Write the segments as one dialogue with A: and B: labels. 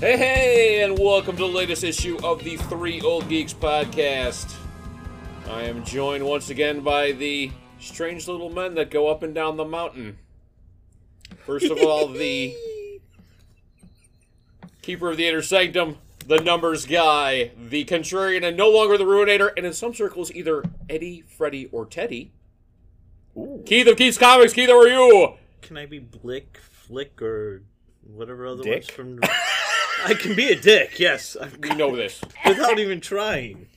A: Hey, hey, and welcome to the latest issue of the Three Old Geeks podcast. I am joined once again by the strange little men that go up and down the mountain. First of all, the keeper of the inner sanctum, the numbers guy, the contrarian, and no longer the ruinator, and in some circles, either Eddie, Freddy, or Teddy. Keith of Keith's Comics, Keith, how are you?
B: Can I be Blick, Flick, or whatever other
C: Dick?
B: ones from? I can be a dick. Yes, I've-
A: We know this.
B: without even trying.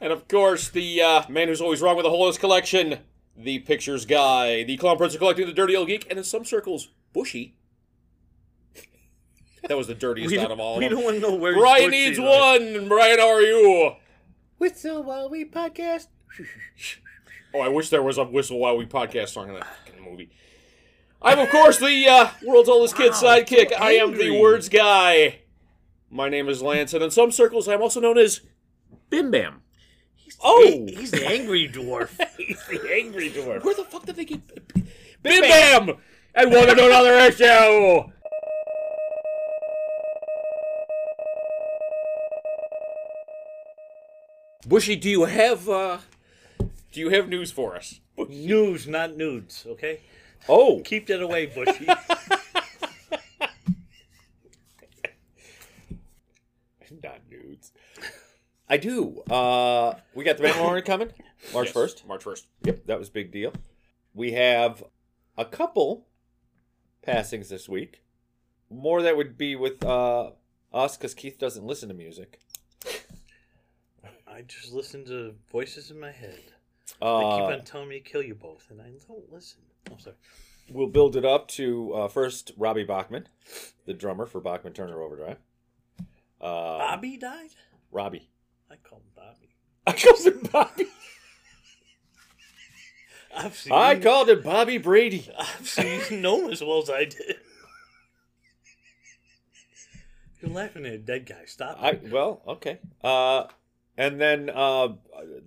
A: And of course, the uh, man who's always wrong with the whole of his collection, the pictures guy, the clown prince of collecting, the dirty old geek, and in some circles, bushy. That was the dirtiest
B: We
A: out
B: don't-
A: of all
B: we
A: of them.
B: don't want to know where.
A: Brian
B: Bush
A: needs
B: is.
A: one. Brian, how are you?
C: Whistle while we podcast.
A: Oh, I wish there was a whistle while we podcast song in that fucking movie. I'm, of course, the uh, world's oldest kid sidekick. I am the
B: angry.
A: words guy. My name is Lance, and in some circles, I'm also known as Bim Bam.
B: He-
A: oh,
B: he's the angry dwarf.
C: He's the angry dwarf.
A: Where the fuck did they get Bim Bam? And welcome to another issue. Bushy, do you have uh, do you have news for us?
B: News, not nudes. Okay,
C: Oh,
B: keep that away, Bushy.
C: not nudes. I do. Uh, we got the Mandalorian coming March
A: Yes,
C: first.
A: March first.
C: Yep, that was a big deal. We have a couple passings this week. More that would be with uh, us because Keith doesn't listen to music.
B: I just listen to voices in my head. They keep
C: Uh,
B: on telling me to kill you both, and I don't listen. I'm sorry.
C: we'll build it up to uh, first Robbie Bachman, the drummer for Bachman Turner Overdrive. Uh,
B: Bobby died.
C: Robbie.
B: I call him Bobby.
C: I called him Bobby.
B: I've seen.
C: I called him Bobby Brady.
B: I've seen no as well as I did. You're laughing at a dead guy. Stop.
C: I well, okay. Uh, and then uh,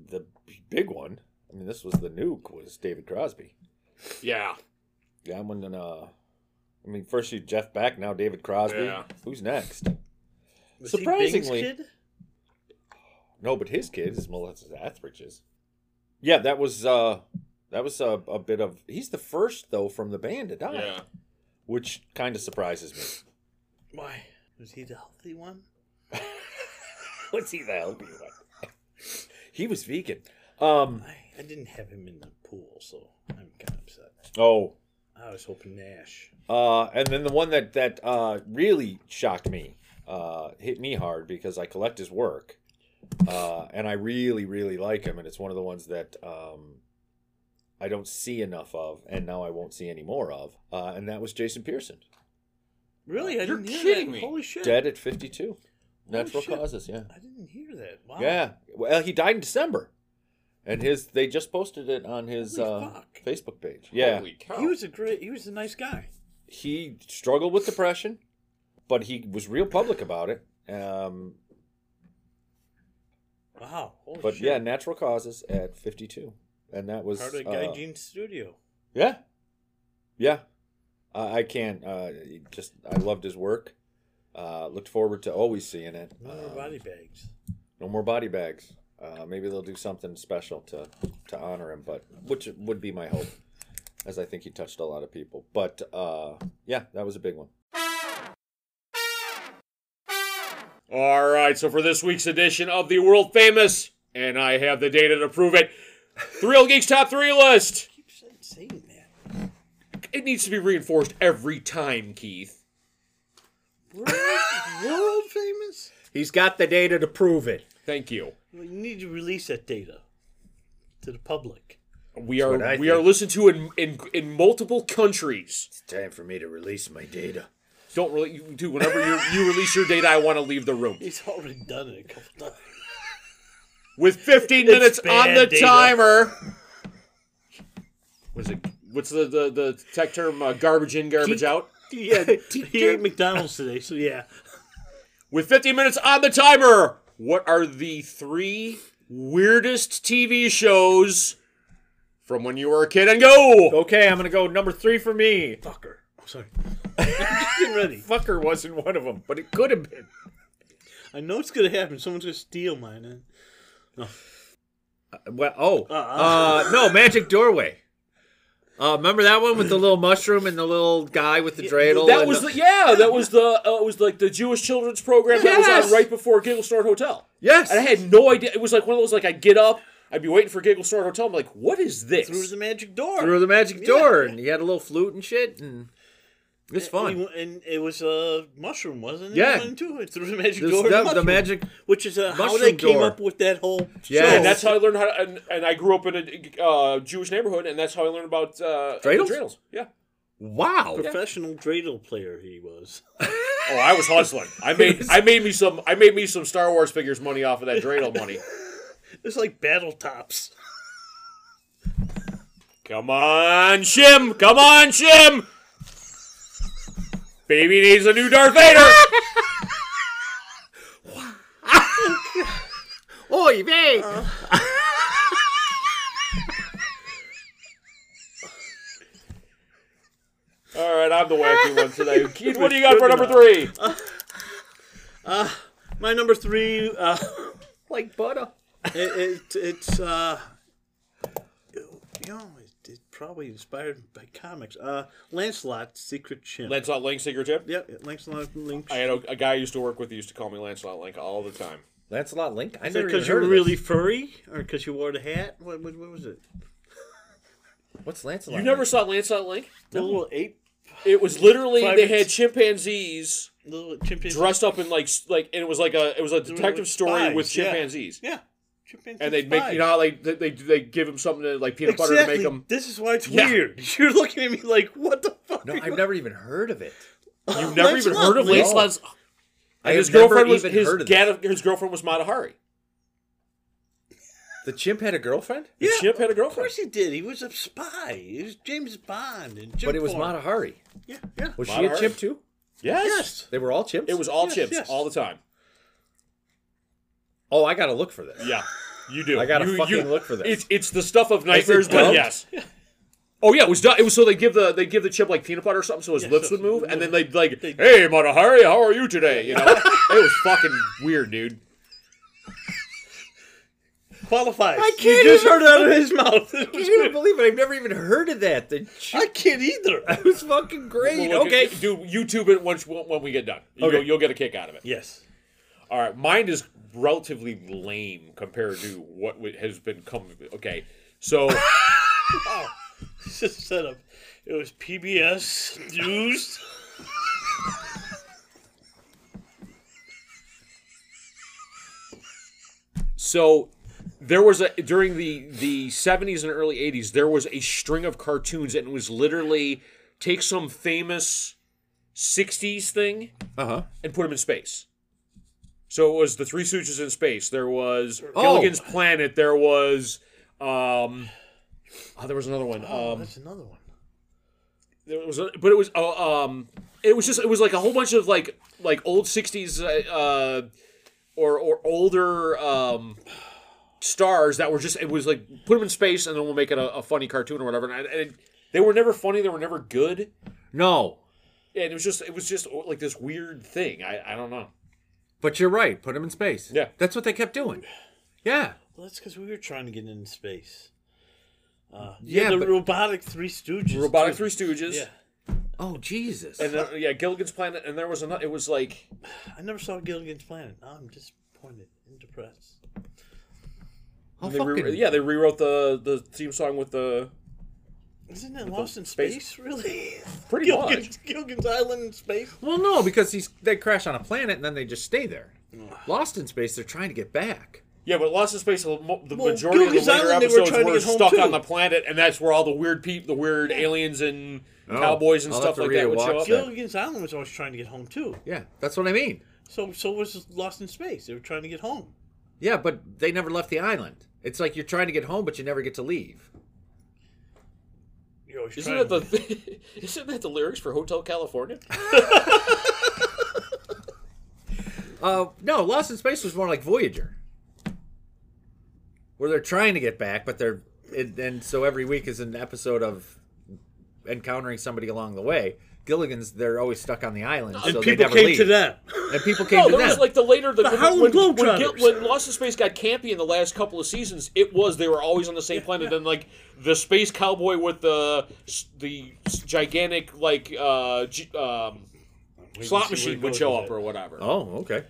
C: the big one. I mean, this was the nuke. Was David Crosby?
A: Yeah.
C: Yeah, I'm wondering. Uh, I mean, first you Jeff Beck, now David Crosby.
A: Yeah.
C: Who's next?
B: Was
C: surprisingly-
B: he Bing's kid?
C: No, but his kid is Melissa Etheridge's. Yeah, that was uh, that was a, a bit of. He's the first though from the band to die,
A: Yeah.
C: which kind of surprises me.
B: Why was he the healthy one?
C: What's he the hell be like? he was vegan. Um.
B: I, I didn't have him in the pool, so I'm kind of upset.
C: Oh,
B: I was hoping Nash.
C: Uh, and then the one that that uh, really shocked me, uh, hit me hard because I collect his work, uh, and I really really like him, and it's one of the ones that um, I don't see enough of, and now I won't see any more of, uh, and that was Jason Pearson,
B: Really, I
A: You're
B: didn't hear
A: kidding
B: that.
A: me.
B: Holy shit!
C: dead at fifty two, natural
B: shit.
C: causes, yeah,
B: I didn't hear that. Wow.
C: yeah. Well, he died in December, and his they just posted it on his
B: Holy
C: uh,
B: fuck.
C: Facebook page. Yeah,
A: Holy cow.
B: He was a great. He was a nice guy.
C: he struggled with depression, but he was real public about it. Um,
B: Wow. Holy
C: but
B: Oh, shit.
C: yeah, natural causes at 52, and that was
B: part of
C: uh,
B: Guy Jean's studio.
C: yeah, yeah. I I can't. Uh, just I loved his work. Uh, looked forward to always seeing it.
B: No more
C: Um,
B: body bags.
C: no more body bags. Uh, maybe they'll do something special to to honor him, but which would be my hope, as I think he touched a lot of people. But uh, yeah, that was a big one.
A: All right, so for this week's edition of the world famous, and I have the data to prove it, Thrill Geeks Top 3 list.
B: Keep saying- saying that.
A: It needs to be reinforced every time, Keith.
B: World, world famous.
C: He's got the data to prove it.
A: Thank you.
B: Well, you need to release that data to the public.
A: We are
C: what I
A: we
C: think.
A: are listened to in, in in multiple countries.
C: It's time for me to release my data.
A: Don't really you do whenever you you release your data, I want to leave the room.
B: He's already done it a couple times.
A: With 15
B: It's
A: minutes on
B: bad
A: the
B: data.
A: timer. What's it? What's the the, the tech term? Uh, garbage in, garbage out.
B: Yeah, he ate McDonald's today, so yeah.
A: With 15 minutes on the timer, what are the three weirdest TV shows from when you were a kid? And go!
C: Okay, I'm gonna go number three for me.
B: Fucker. Sorry. Getting ready.
C: Fucker wasn't one of them, but it could have been.
B: I know it's gonna happen. Someone's gonna steal mine. And...
C: Well, oh, uh,
B: Uh-uh.
C: no, Magic Doorway. Uh, remember that one with the little mushroom and the little guy with the dreidel?
A: That
C: and
A: was
C: the-
A: the, yeah. That was the uh, it was like the Jewish children's program that was
C: Yes!
A: on right before Giggle Snort Hotel.
C: yes.
A: And I had no idea. It was like one of those like I would get up, I'd be waiting for Giggle Snort Hotel. I'm like, what is this?
B: Through the magic door.
C: through the magic
B: Yeah.
C: door, and he had a little flute and shit, and it was
B: And, he
C: fun.
B: wa- and it was a mushroom, wasn't it?
C: Yeah.
B: He went into it through the magic
C: This-
B: door. and
C: that- the
B: mushroom,
C: magic,
B: which is uh, how
C: mushroom
B: they came
C: door.
B: up with that whole.
C: Yeah,
B: show.
A: and that's how I learned how. To, and, and I grew up in a uh, Jewish neighborhood, and that's how I learned about uh,
C: Dreidels?
A: dreidels. Yeah.
C: wow.
B: professional dreidel player he was.
A: Oh, I was hustling. I made I made me some I made me some Star Wars figures money off of that dreidel money.
B: It's like battle tops.
A: Come on, Shim! Come on, Shim! Baby needs a new Darth Vader.
C: Oy vey!
A: Uh. All right, I'm the wacky one today. Keith, what do you got for number three?
B: My number three. Uh,
C: like butter.
B: it, it it's uh you know it, it probably inspired by comics uh lancelot secret chimp
A: Lancelot Link, secret tip.
B: yep lancelot link
A: I had a, a guy I used to work with who used to call me Lancelot Link all the time.
C: Lancelot Link. I never even
B: because
C: heard
B: you're
C: of
B: really
C: really.
B: furry or because you wore the hat what, what, what was it
C: What's Lancelot?
A: You never
C: Link?
A: saw Lancelot Link?
B: the little ape
A: It was literally
B: Five
A: they
B: minutes.
A: had chimpanzees
B: little chimpanzee
A: dressed up in like s- like, and it was like a it was a
B: were
A: detective
B: like
A: story
B: spies,
A: with
B: yeah.
A: chimpanzees.
B: yeah chimpanzee
A: And they'd make you know how they they they- they give them something to like peanut
B: exactly.
A: butter to make them.
B: this is why it's
A: Yeah.
B: weird you're looking at me like what the fuck
C: No,
B: are you-
C: I've never even heard of it.
A: You've never even
B: Lancelot
A: heard of
B: Link.
A: Lancelot's.
C: I
A: And his
C: have never
A: girlfriend was
C: even
A: his
C: heard of
A: gad- his girlfriend was Mata Hari.
C: The chimp had a girlfriend,
A: The
B: yeah,
A: chimp had a
B: of
A: girlfriend.
B: course he did he was a spy he was james bond and
C: but it was Mata Hari.
B: yeah yeah
C: Was she a
A: Matahari?
C: chimp too?
A: Yes.
B: yes
C: They were all chimps.
A: It was all
B: Yes,
A: chimps
B: yes.
A: all the time.
C: Oh, I gotta look for this.
A: Yeah. You do.
C: I gotta
A: You-
C: fucking
A: you-
C: look for this.
A: It's it's the stuff of nightmares, but
C: dubbed?
A: yes. Oh yeah, it was done. It was so they give the they give the chimp like peanut butter or something, so his
B: Yeah,
A: lips
B: so-
A: would move, and then they'd like,
B: They-
A: "Hey, Mata Hari, how are you today?" You know, it was fucking weird, dude.
B: qualifies.
C: I
B: You
C: can't
B: just
C: even-
B: heard it out of his mouth. It
C: I
B: was
C: can't even
B: weird.
C: believe it. I've never even heard of that. The
B: I
C: chimp
B: can't either.
C: was fucking great.
A: Well, look,
C: okay.
A: dude, YouTube it once when we get done. You,
C: Okay.
A: will you'll get a kick out of it.
B: Yes.
A: All right, mine is relatively lame compared to what wi- has been coming. Okay, so
B: It's just set up. It was PBS news.
A: so there was a during the the seventies and early eighties there was a string of cartoons and it was literally take some famous sixties thing
C: Uh huh.
A: and put them in space. So it was the Three Stooges in space. There was
C: Oh.
A: Gilligan's Planet. There was um, oh, there was another one. Um,
B: That's another one.
A: there was a, but it was uh, um it was just it was like a whole bunch of like like old 60s uh, uh or or older um stars that were just it was like put them in space and then we'll make it a, a funny cartoon or whatever and, I, and they were never funny they were never good
C: No,
A: and it was just it was just uh, like this weird thing i i don't know
C: but you're right. Put him in space.
A: Yeah.
C: That's what they kept doing. Yeah.
B: Well, that's because we were trying to get into space. Uh,
C: Yeah,
B: the
C: but-
B: robotic Three Stooges.
A: robotic three
B: too.
A: stooges
B: Yeah,
C: Oh Jesus.
A: and then, yeah gilligan's planet and there was another it was like
B: I never saw Gilligan's Planet. Now I'm disappointed and depressed.
C: How
A: they
C: fucking
A: re- yeah they rewrote the the theme song with the
B: Isn't it Lost in
A: space-
B: Space? Really?
A: Pretty
B: Gilligan's, Gilligan's Island in space.
C: Well, no, because he's they crash on a planet and then they just stay there. Lost in space, they're trying to get back.
A: Yeah, but Lost in Space, the mo- the
B: Well,
A: majority of the
B: Gilligan's
A: later
B: Island, they were
A: episodes
B: trying to
A: were
B: get home,
A: stuck
B: too.
A: on the planet, and that's where all the weird people, the weird aliens and cowboys and
C: Oh, I'll
A: stuff
C: have
A: like
C: to
A: that would
C: rewatch
A: show up.
C: that.
B: Gilligan's Island was always trying to get home too.
C: Yeah, that's what I mean.
B: So, so was Lost in Space. They were trying to get home.
C: Yeah, but they never left the island. It's like you're trying to get home, but you never get to leave.
B: You're always
A: Isn't
B: trying
A: that the isn't that the lyrics for Hotel California?
C: Uh, no, Lost in Space was more like Voyager, where they're trying to get back, but they're and, and so every week is an episode of encountering somebody along the way. Gilligan's, they're always stuck on the island,
B: and
C: so they
B: people
C: never
B: came
C: leave.
B: to them.
C: And people came
A: No,
C: to
A: there was
C: them.
A: like the later the,
B: The
A: when-
B: Howlin'
A: when, when,
B: Globetrotters.
A: Gil- when Lost in Space got campy in the last couple of seasons, it was they were always on the same planet. Then like the space cowboy with the s- the s- gigantic like uh, g- um, slot
B: see where
A: machine
B: it
A: would
B: goes
A: show
B: with
A: up
B: it.
A: or whatever.
C: oh, okay.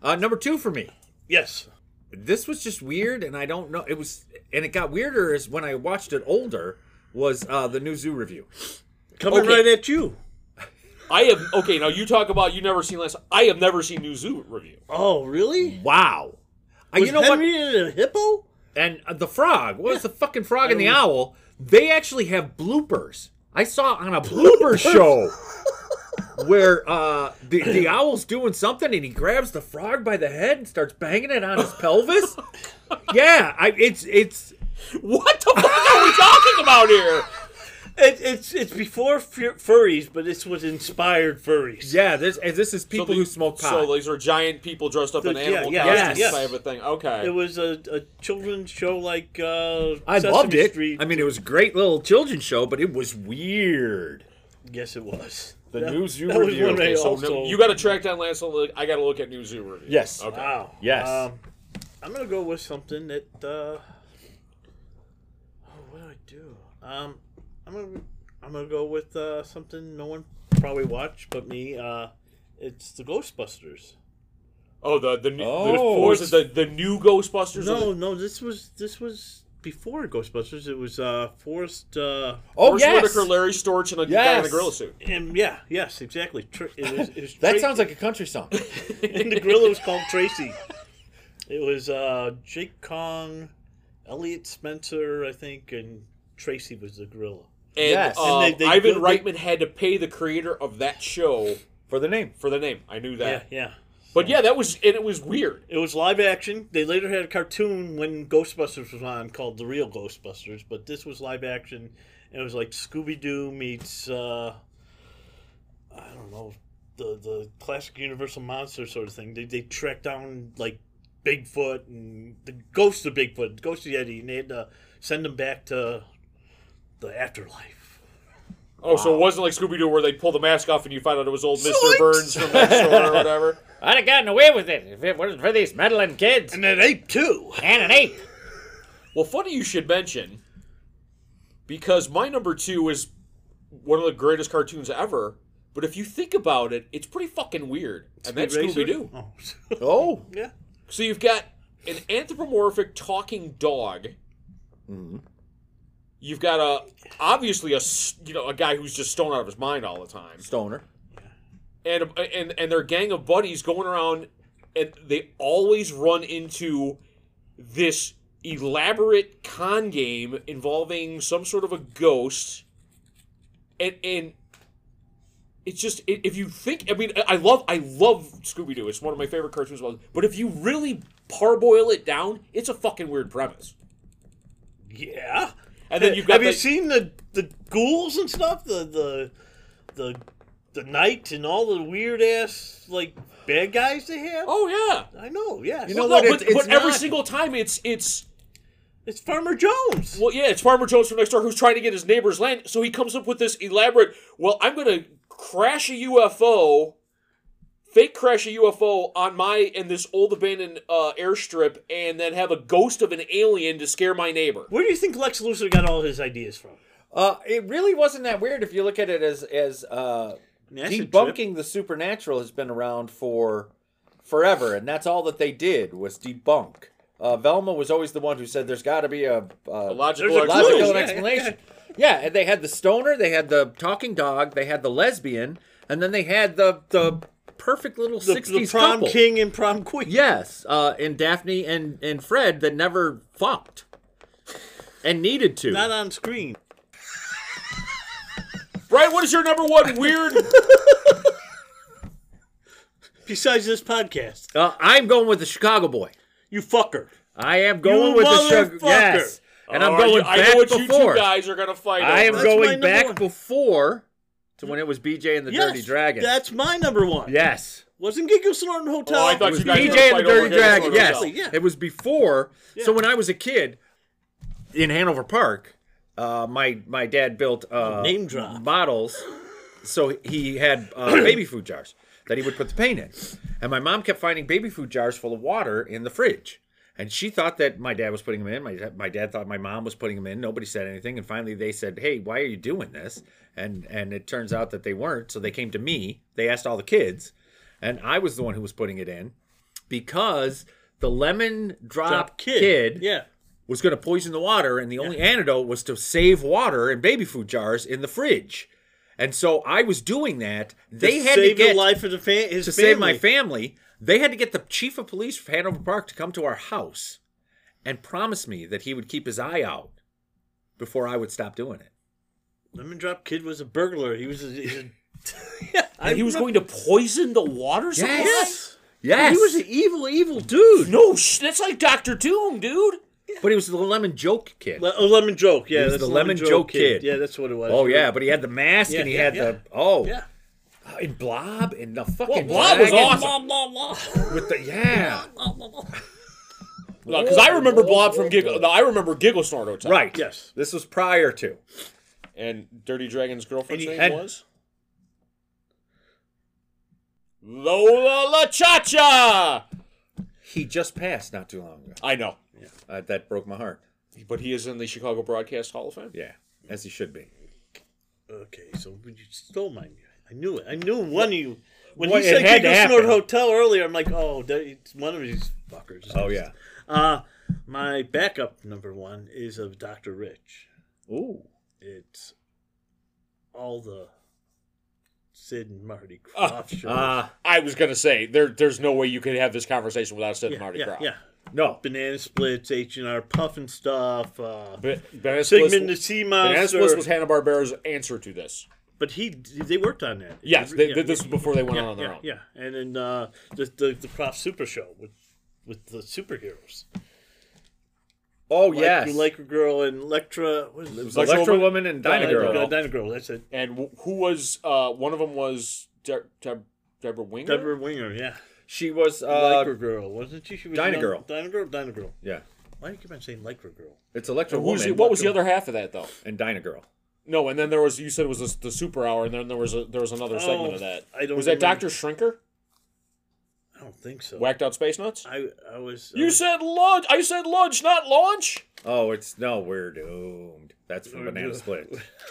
C: Uh, number two for me.
B: Yes.
C: This was just weird, and I don't know. It was, and it got weirder as when I watched it older. Was uh, the new zoo review?
B: Coming
A: Okay.
B: right at you.
A: I have okay now. You talk about you never seen last. I have never seen New Zoo review.
B: Oh, really?
C: Wow. Uh,
B: Was
C: you know what?
B: Henry in a hippo?
C: And uh, the frog. What was the fucking frog and the owl? They actually have bloopers. I saw on a blooper show where uh, the, the owl's doing something and he grabs the frog by the head and starts banging it on his pelvis.
B: Oh
C: Yeah, I, it's it's
A: What the fuck are we talking about here?
B: It, it's it's before fur- furries, but it's what inspired furries.
C: yeah. This and this is people
A: So the-
C: who smoke pot.
A: So these are giant people dressed up in
B: Yeah,
A: animal
B: yeah,
A: costumes
C: yes.
A: type of thing. Okay.
B: It was a, a children's show like uh,
C: I
B: Sesame
C: loved it.
B: Street.
C: I mean, it was a great little children's show, but it was weird.
B: yes, it was.
D: The New Zoo
B: that was
D: Review.
B: one I
D: Okay,
A: so
B: also-
A: no- you got to track down Lance. and look- I got to look at New Zoo review.
D: Yes.
A: Okay.
B: Wow.
D: Yes.
B: Um, I'm gonna go with something that. Uh, oh, what do I do? Um, I'm gonna I'm gonna go with uh, something no one probably watched but me. Uh, it's the Ghostbusters.
A: Oh, the the new
D: Oh.
A: the, or is it the the new Ghostbusters. or
B: No,
A: the-
B: no, this was this was before Ghostbusters. It was uh, Forrest. Uh,
C: Oh
A: Forrest
C: yes,
A: Whitaker, Larry Storch, and a guy in a
D: Yes.
A: gorilla suit.
B: and yeah, yes, exactly. Tr- it was, it was
D: That
B: Tra-
D: sounds like a country song.
B: and the gorilla was called Tracy. It was uh, Jake Kong, Elliot Spencer, I think, and Tracy was the gorilla.
A: And,
D: Yes.
A: uh,
B: And they- they
A: Ivan
B: built-
A: Reitman had to pay the creator of that show
D: For the name.
A: for the name. I knew that.
B: Yeah, yeah.
A: But yeah, that was and it was weird.
B: It was live action. They later had a cartoon when Ghostbusters was on called The Real Ghostbusters, but this was live action. And it was like Scooby Doo meets, uh, I don't know, the, the classic Universal Monster sort of thing. They, they tracked down like Bigfoot and the ghost of Bigfoot, the ghost of Yeti, and they had to send them back to the afterlife.
A: Oh, so it wasn't like Scooby Doo where they pull the mask off and you find out it was old Mister Burns from that store or whatever.
C: I'd have gotten away with it if it wasn't for these meddling kids
B: And an ape, too.
C: and an ape.
A: Well, funny you should mention because my number two is one of the greatest cartoons ever. But if you think about it, it's pretty fucking weird, and that's Scooby Doo.
B: Oh,
D: Oh.
B: yeah.
A: So you've got an anthropomorphic talking dog.
D: mm-hmm.
A: You've got a obviously a s- you know a guy who's just stoned out of his mind all the time,
D: Stoner.
A: and and and their gang of buddies going around, and they always run into this elaborate con game involving some sort of a ghost, and and. It's just i- if you think I mean I- I love I love Scooby Doo. It's one of my favorite cartoons. of all- But if you really parboil it down, it's a fucking weird premise.
B: Yeah.
A: And then you've got
B: Have you
A: the-
B: seen the the ghouls and stuff? The the the the knight and all the weird ass like bad guys they have.
A: Oh yeah.
B: I know. Yes.
D: You know
A: No,
D: what?
A: but,
D: It's- it's
A: but every
D: not-
A: single time it's it's
B: It's Farmer Jones.
A: well yeah it's Farmer Jones from next door who's trying to get his neighbor's land so he comes up with this elaborate well I'm gonna crash a UFO fake crash a UFO on my and this old abandoned uh, airstrip and then have a ghost of an alien to scare my neighbor
B: Where do you think Lex Luthor got all his ideas from?
D: Uh, it really wasn't that weird if you look at it as as uh,
B: An acid
D: debunking the supernatural has been around for forever, and that's all that they did was debunk. Uh, Velma was always the one who said there's got to be a,
A: a
D: uh,
A: logical
B: There's
A: explanation.
B: a
D: logical
B: clue. Yeah,
D: explanation. Yeah, and they had the stoner, they had the talking dog, they had the lesbian, and then they had the the perfect little
B: The, the
D: sixties
B: prom
D: couple.
B: king and prom queen.
C: Yes, uh, and Daphne and and Fred that never fucked and needed to.
B: Not on screen.
A: Brian what is your number one weird
B: Besides this podcast,
C: Uh, I'm going with the Chicago boy.
B: you fucker.
C: I am going with the Chicago.
B: motherfucker.
C: Yes, and I'm
A: Oh,
C: going
A: I,
C: back
A: I know what you
C: before.
A: two guys are gonna fight
C: I am
A: over.
B: That's go- my
C: going
B: number
C: back
B: one.
C: before to when it was BJ and the
B: Yes,
C: Dirty Dragon.
B: That's my number one.
C: yes.
B: Wasn't Giggles Snorting Hotel?
A: Oh, I thought
C: It was
A: you guys
C: BJ
A: gonna
C: and the
A: fight over
C: Dirty
A: Giggles
C: Dragon.
A: Snorting
C: Yes,
B: Hotel. Yeah.
C: it was before. So
B: Yeah.
C: when I was a kid in Hanover Park, uh, my my dad built uh,
B: name drop.
C: models so he had uh, baby food jars that he would put the paint in, and my mom kept finding baby food jars full of water in the fridge, and she thought that my dad was putting them in. My da- my dad thought my mom was putting them in. Nobody said anything, and finally they said, "Hey, why are you doing this?" And and it turns out that they weren't. So they came to me. They asked all the kids, and I was the one who was putting it in, because the lemon drop, kid,
B: Yeah.
C: was going to poison the water, and the only antidote was to save water in baby food jars in the fridge. And so I was doing that. They had to
B: save
C: get
B: the life of the fa- his
C: to
B: family.
C: save my family. They had to get the chief of police of Hanover Park to come to our house and promise me that he would keep his eye out before I would stop doing it.
B: Lemon Drop Kid was a burglar. He was. A, he's a,
A: And he was going to poison the water supply?
C: Yes. Yes.
B: He was an evil, evil dude.
A: No, sh- that's like Doctor Doom, dude.
C: but he was the lemon joke kid.
B: Le- a lemon joke. Yeah,
C: He was
B: that's
C: the
B: a
C: Lemon Joke Kid.
B: Yeah, that's what it was.
C: oh yeah, but he had the mask
B: Yeah,
C: and he
B: yeah,
C: had
B: yeah.
C: the oh
B: Yeah.
C: and blob and the fucking
A: Blob was
C: dragon
A: awesome.
C: with the yeah.
A: Because I remember Blob from Giggle. No, I remember Giggle Snarto time.
C: Right.
B: Yes.
C: This was prior to.
A: And Dirty Dragon's girlfriend's
C: And he
A: name
C: had-
A: was Lola La Cha Cha.
C: He just passed not too long ago.
A: I know,
C: Uh, that broke my heart.
A: but he is in the Chicago Broadcast Hall of Fame.
C: Yeah. As he should be.
B: Okay, so you stole my. I knew it. I knew one of you. When
C: Well,
B: he
C: it
B: said
C: had to
B: Giggle Snort
C: happen.
B: Hotel earlier, I'm like, oh, there- it's one of these fuckers.
C: Oh yeah.
B: Uh, my backup number one is of Dr. Rich.
C: Ooh.
B: It's all the Sid and Marty Croft shows.
C: Uh
A: I was gonna say there, there's no way you could have this conversation without Sid
B: yeah,
A: Marty
B: yeah,
A: Krause.
B: yeah.
C: no.
B: Banana Splits, H and R Puffin stuff, uh,
A: But Banana Splits,
B: Sigmund the Sea
A: Banana
B: Monster.
A: Splits was Hanna Barbera's answer to this.
B: but he, they worked on that.
A: Yes, they,
B: Yeah,
A: th- this was before they went out on
B: yeah,
A: their
B: yeah,
A: own.
B: yeah. And then uh, the the the Prof Super Show with with the superheroes.
C: Oh
B: Like,
C: yes.
B: Electra Girl and Electra. What is it?
C: It was Electro
A: Electro
C: Woman and Dinah
A: Girl.
C: Girl.
B: Dinah Girl. That's it.
A: And w- who was uh, one of them was De- De- Deborah Winger.
B: Deborah Winger. Yeah.
C: She was uh
B: Lycra Girl, wasn't she? she was
C: Dinah
B: on-
C: Girl.
B: Dinah Girl, Dinah Girl.
C: yeah.
B: Why do you keep on saying Lycra Girl?
C: It's Electro
A: Who's
C: Woman.
A: the, what was the other half of that though?
C: and Dinah Girl.
A: No, and then there was you said it was this, the super hour, and then there was a, there was another segment
B: Oh,
A: of that.
B: I don't
A: was that
B: remember.
A: Doctor Shrinker
B: I don't think so.
A: whacked out space nuts?
B: I I was. I
A: You
B: was-
A: said lunch. I said lunch, not launch.
C: Oh, it's no, we're doomed. That's from
B: We're
C: Banana
B: doomed.
C: Split.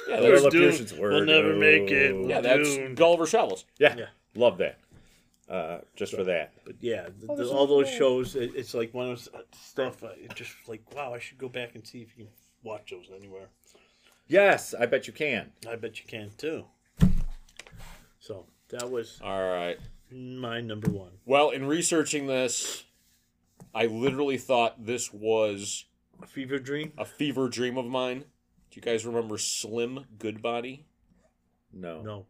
A: Yeah,
B: We're
A: that's,
C: Lilliputians
B: doomed.
C: were
B: We'll never
C: doomed.
B: make it. We're
A: yeah, that's
B: doomed.
A: Gulliver Shovels.
C: Yeah.
B: Yeah.
C: Love that. Uh just for that.
B: But yeah, the, the- all those shows. It, it's like one of those uh, stuff. uh, It just like wow, I should go back and see if you can watch those anywhere.
C: Yes, I bet you can.
B: I bet you can too. So that was
A: All right.
B: my number one.
A: Well, in researching this, I literally thought this was
B: A fever dream.
A: a fever dream of mine. Do you guys remember Slim Goodbody?
C: No.
B: No.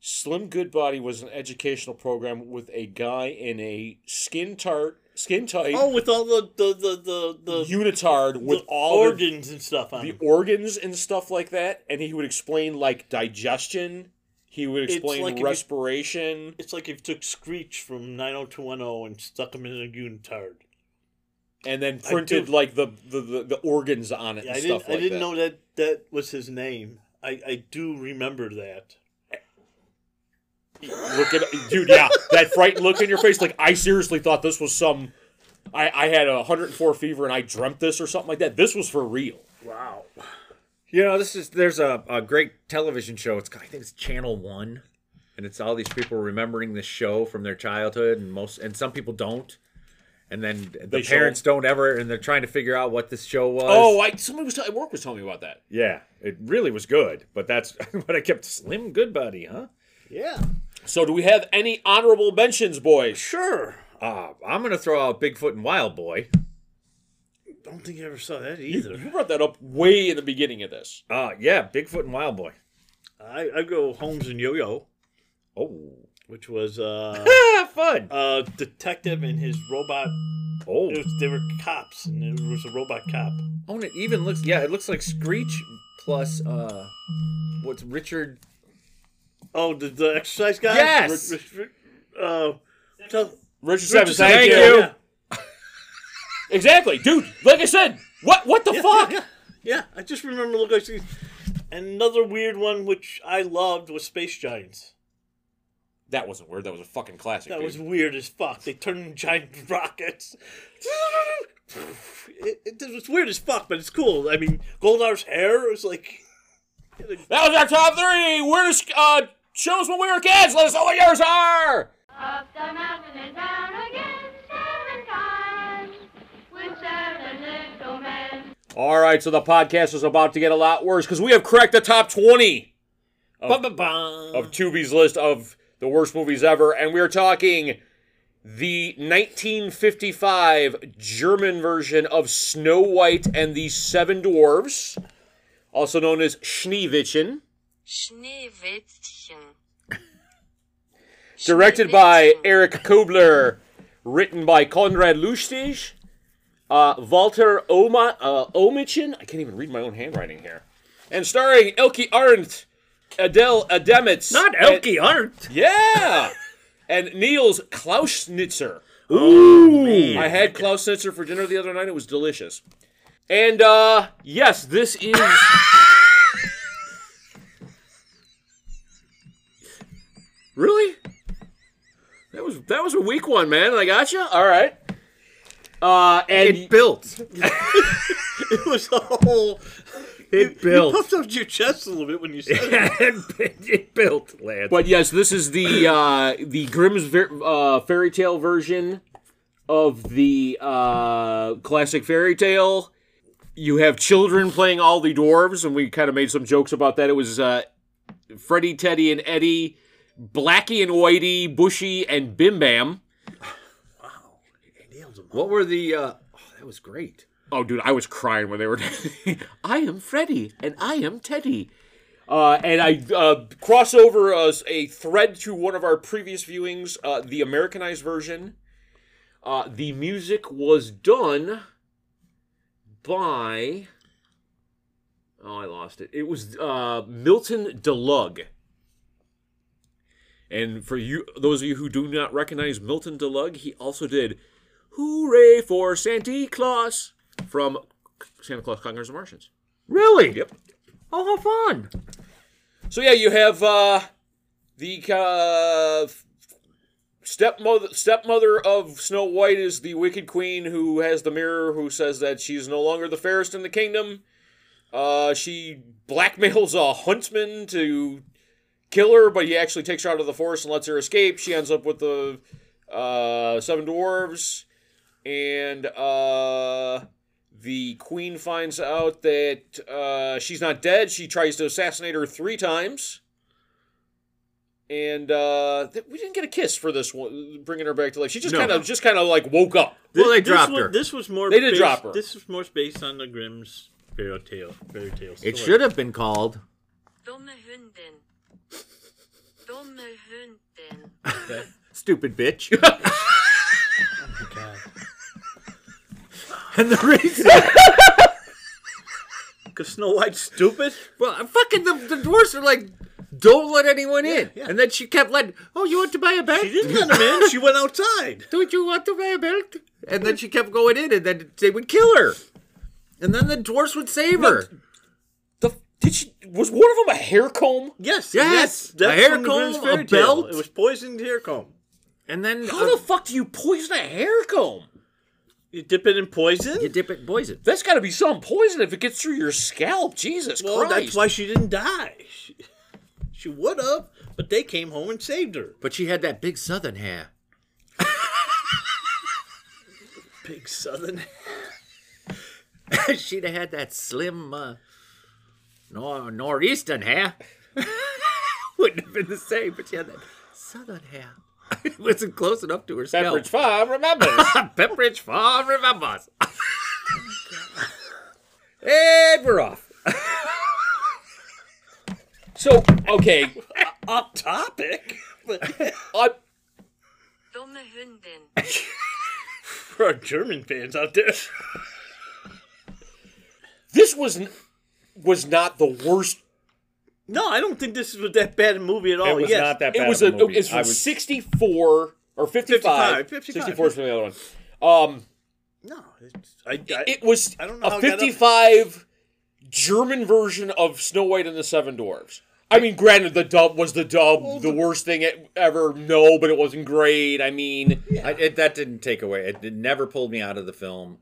A: Slim Goodbody was an educational program with a guy in a skin tart, skin tight
B: Oh, with all the the the the, the
A: unitard with
B: the
A: all the
B: organs and stuff on.
A: the
B: it.
A: organs and stuff like that, and he would explain like digestion. He would
B: It's
A: explain
B: like if you-
A: respiration.
B: It's like if you took Screech from 90210 and stuck him in a unitard.
A: and then
B: I
A: printed
B: do-
A: like the, the, the, the organs on it
B: Yeah,
A: and
B: I
A: stuff
B: didn't.
A: like
B: I didn't
A: that.
B: know that that was his name. I, I do remember that.
A: Look at dude, yeah, that frightened look in your face. Like I seriously thought this was some. I I had a 104 fever and I dreamt this or something like that. This was for real.
B: Wow.
C: You know, this is there's a, a great television show. It's I think it's Channel One, and it's all these people remembering this show from their childhood, and most and some people don't, and then the
A: They show-
C: parents don't ever, and they're trying to figure out what this show was.
A: Oh, I somebody was tell- at work was telling me about that.
C: yeah, it really was good, but that's what I kept Slim Goodbody, huh?
B: Yeah.
A: So do we have any honorable mentions, boys?
B: Sure.
C: Uh, I'm gonna throw out Bigfoot and Wild Boy.
B: Don't think I ever saw that either.
A: You brought that up way in the beginning of this.
C: Uh, yeah, Bigfoot and Wild Boy.
B: I, I go Holmes and Yo-Yo,
C: Oh,
B: which was uh,
C: ah, fun.
B: a detective and his robot.
C: Oh,
B: It was, they were cops, and it was a robot cop.
C: oh, and it even looks yeah, it looks like Screech plus uh, what's Richard
B: Oh, the, the exercise guy.
C: Yes!
B: Ri- ri- ri- uh, so-
A: Richard Simmons,
C: Simmons,
A: thank,
C: thank
A: you.
C: you.
B: Yeah.
A: Exactly, dude. Like I said, what what the fuck?
B: Yeah, yeah, I just remember looking like And another weird one which I loved was Space Giants.
A: That wasn't weird. That was a fucking classic.
B: That
A: dude.
B: was weird as fuck. They turned into giant rockets. It, it, it was weird as fuck, but it's cool. I mean, Goldar's hair was like
A: That was our top three weirdest uh, shows when we were kids. Let us know what yours are.
E: Up the mountain and down again, seven times, with seven little men.
A: All right, so the podcast is about to get a lot worse because we have cracked the top 20
B: ba-ba-ba.
A: of Tubi's list of the worst movies ever, and we are talking the 1955 German version of Snow White and the Seven Dwarves, also known as Schneewittchen,
F: Schneewittchen.
A: directed by
F: Schneewittchen.
A: Eric Kobler, written by Konrad Lustig, uh, Walter Oma, uh, Omichin, I can't even read my own handwriting here, and starring Elke Arendt, Adele Ademitz.
C: Not
A: and-
C: Elke Arndt.
A: Yeah. and Niels Klausnitzer. Oh,
C: Ooh.
A: I had Klausnitzer for dinner the other night. It was delicious. And uh yes, this is Really? That was that was a weak one, man. I got you. All right. Uh and
C: It built.
B: It was a whole.
C: It
B: You
C: built.
B: puffed up your chest a little bit when you said it.
C: it, built, lad.
A: But yes, this is the uh, the Grimm's ver- uh, fairy tale version of the uh, classic fairy tale. You have children playing all the dwarves, and we kind of made some jokes about that. It was uh, Freddy, Teddy, and Eddie, Blackie and Whitey, Bushy, and Bim Bam.
C: what were the? Uh, oh, that was great.
A: Oh, dude, I was crying when they were. I am Freddy, and I am Teddy. Uh, and I uh, crossover uh, a thread to one of our previous viewings, uh, the Americanized version. Uh, the music was done by. Oh, I lost it. It was uh, Milton DeLug. And for you, those of you who do not recognize Milton DeLug, he also did "Hooray for Santa Claus" from Santa Claus Conquers the Martians.
C: Really? Yep. Oh, how fun!
A: So yeah, you have uh, the uh, stepmother stepmother of Snow White is the Wicked Queen who has the mirror who says that she's no longer the fairest in the kingdom. Uh, she blackmails a huntsman to kill her, but he actually takes her out of the forest and lets her escape. She ends up with the uh, seven dwarves, and uh, the queen finds out that uh, she's not dead. She tries to assassinate her three times. And uh, th- we didn't get a kiss for this one, bringing her back to life. She just
C: No.
A: kind of, just kind of like woke up.
C: Well, they
B: This
C: dropped
B: was-
C: her.
B: This was more.
A: They did
B: based-
A: drop her.
B: This was more based on the Grimm's fairy tale. Fairy tale. Story.
C: It should have been called.
F: Dumme Hündin. Dumme Hündin.
C: Stupid bitch.
B: God.
C: and the reason,
B: Cause Snow White's stupid.
C: well, fucking the, the dwarfs are like, don't let anyone in.
B: yeah.
C: And then she kept letting. Oh, you want to buy a belt?
B: She didn't let him in. She went outside.
C: Don't you want to buy a belt? And then she kept going in, and then they would kill her. And then the dwarfs would save her.
A: The did she was one of them a hair comb?
B: Yes.
C: Yes,
B: That's
C: a hair
B: from the Grimm's
C: comb,
B: fairy
C: a
B: tale.
C: belt.
B: It was poisoned hair comb.
C: And then
A: How
C: uh,
A: the fuck do you poison a hair comb?
B: You dip it in poison.
C: you dip it in poison.
A: That's got to be some poison if it gets through your scalp. Jesus
B: well,
A: Christ!
B: that's why she didn't die. She, she would have, but they came home and saved her.
C: But she had that big southern hair.
B: Big Southern.
C: She'd have had that slim uh, nor- northeastern hair. Wouldn't have been the same, but she had that southern hair. it wasn't close enough to her scalp.
A: Pepperidge Farm remembers.
C: Pepperidge Farm remembers. and we're off.
A: so okay,
B: Off topic. But
A: I,
F: Dumme Hündin.
B: for our German fans out there.
A: this was n- was not the worst.
B: No, I don't think this was that bad a movie at all.
D: it was
B: yes.
D: not that bad.
A: It was
D: of
A: a.
D: a, movie.
A: It's
D: I
A: from
D: was,
A: sixty four or 55.
B: 55, 55.
A: 64 is from the other one. Um,
B: No, it's, I, I,
A: it was
B: I don't know
A: a
B: how it got up.
A: fifty five German version of Snow White and the Seven Dwarfs. I mean, granted, the dub was the dub, the worst thing it ever. No, but it wasn't great. I mean,
C: I, it, that didn't take away. It, it never pulled me out of the film.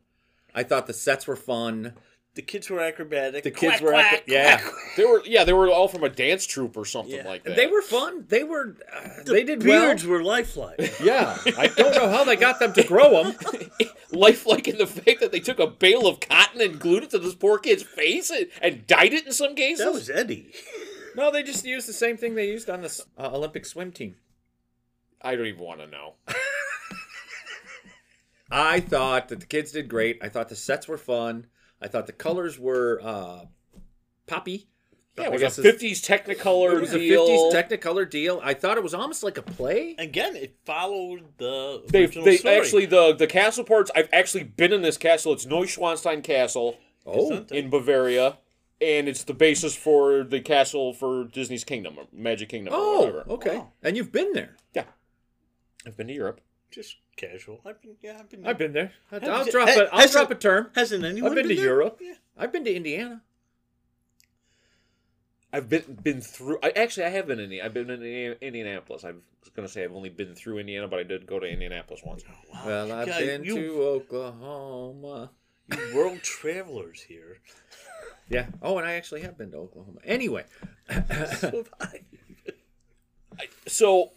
C: I thought the sets were fun.
B: The kids were acrobatic.
C: The
B: Quack,
C: kids were
B: quack,
C: acro- yeah.
B: quack.
A: they were yeah, they were all from a dance troupe or something
B: Yeah.
A: like that.
C: They were fun. They were. Uh,
B: The
C: they did
B: beards
C: well.
B: were lifelike.
C: Yeah, I don't know how they got them to grow them.
A: lifelike in the fact that they took a bale of cotton and glued it to this poor kid's face and, and dyed it in some cases.
B: that was Eddie.
C: No, they just used the same thing they used on the s- uh, Olympic swim team.
A: I don't even want to know.
C: I thought that the kids did great. I thought the sets were fun. I thought the colors were uh, poppy.
A: Yeah,
C: I
A: it was
C: guess
A: a
C: it's-
A: fifties Technicolor
C: It was a
A: deal.
C: 50s Technicolor deal. I thought it was almost like a play.
B: Again, it followed the
A: they
B: original
A: they
B: story.
A: actually the the castle parts. I've actually been in this castle. It's Neuschwanstein Castle
C: Oh,
A: in Bavaria, and it's the basis for the castle for Disney's Kingdom, or Magic Kingdom, or
C: oh,
A: whatever.
C: okay.
B: Wow.
C: And you've been there.
A: Yeah, I've been to Europe.
B: just casual. I've been, yeah, I've been.
C: been there. I'll,
B: Have you-
C: drop
B: Hey,
C: a, I'll
B: has
C: drop
B: it-
C: a term.
B: Hasn't anyone
C: I've been to
B: there?
C: Europe.
B: Yeah.
C: I've been to Indiana.
A: I've been been through. I actually I have been in. I've been in Indiana- Indianapolis. I was gonna say I've only been through Indiana, but I did go to Indianapolis once.
C: Well, I've
B: God,
C: been
B: Oh, you-
C: to uh, Oklahoma.
B: You world travelers here.
C: Yeah. Oh, and I actually have been to Oklahoma. Anyway,
B: So have I.
A: So,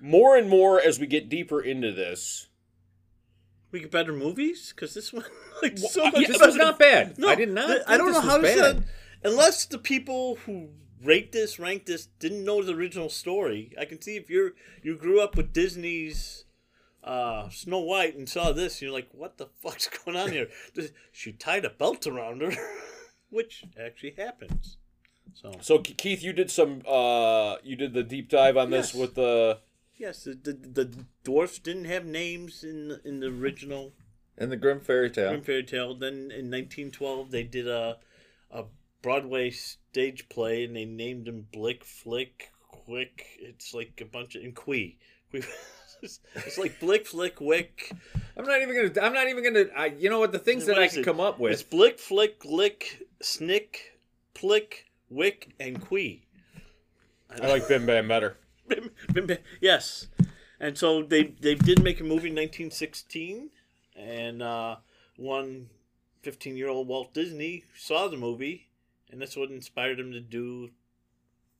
A: more and more as we get deeper into this,
B: We get better movies because this one, like, so
A: uh,
B: much.
A: yeah,
C: this
B: better.
C: was not bad.
B: No,
C: I did not.
B: th-
C: think
B: I don't
C: this
B: know
C: was
B: how this.
C: bad.
B: uh, unless the people who rate this, rank this, didn't know the original story. I can see if you're you grew up with Disney's uh, Snow White and saw this, you're like, what the fuck's going on here? This- she tied a belt around her, which actually happens. So
A: so Ke- Keith, you did some. uh You did the deep dive on this
B: Yes.
A: with the.
B: yes, the, the the dwarfs didn't have names in the- in the original
C: And the Grim Fairy Tale.
B: Grim Fairy Tale. Then in 1912, they did a a Broadway stage play, and they named him Blick Flick Quick. It's like a bunch of and Quee. Quee- It's like Blick Flick Wick.
C: I'm not even gonna. I'm not even gonna. I, you know what? The things that
B: What
C: I
B: is
C: can
B: it?
C: come up
B: It's
C: with.
B: Blick Flick Lick Snick Plick Wick and Quee.
A: I like Bim Bam better.
B: yes, and so they they did make a movie in 1916, and uh, one 15 year old Walt Disney saw the movie, and that's what inspired him to do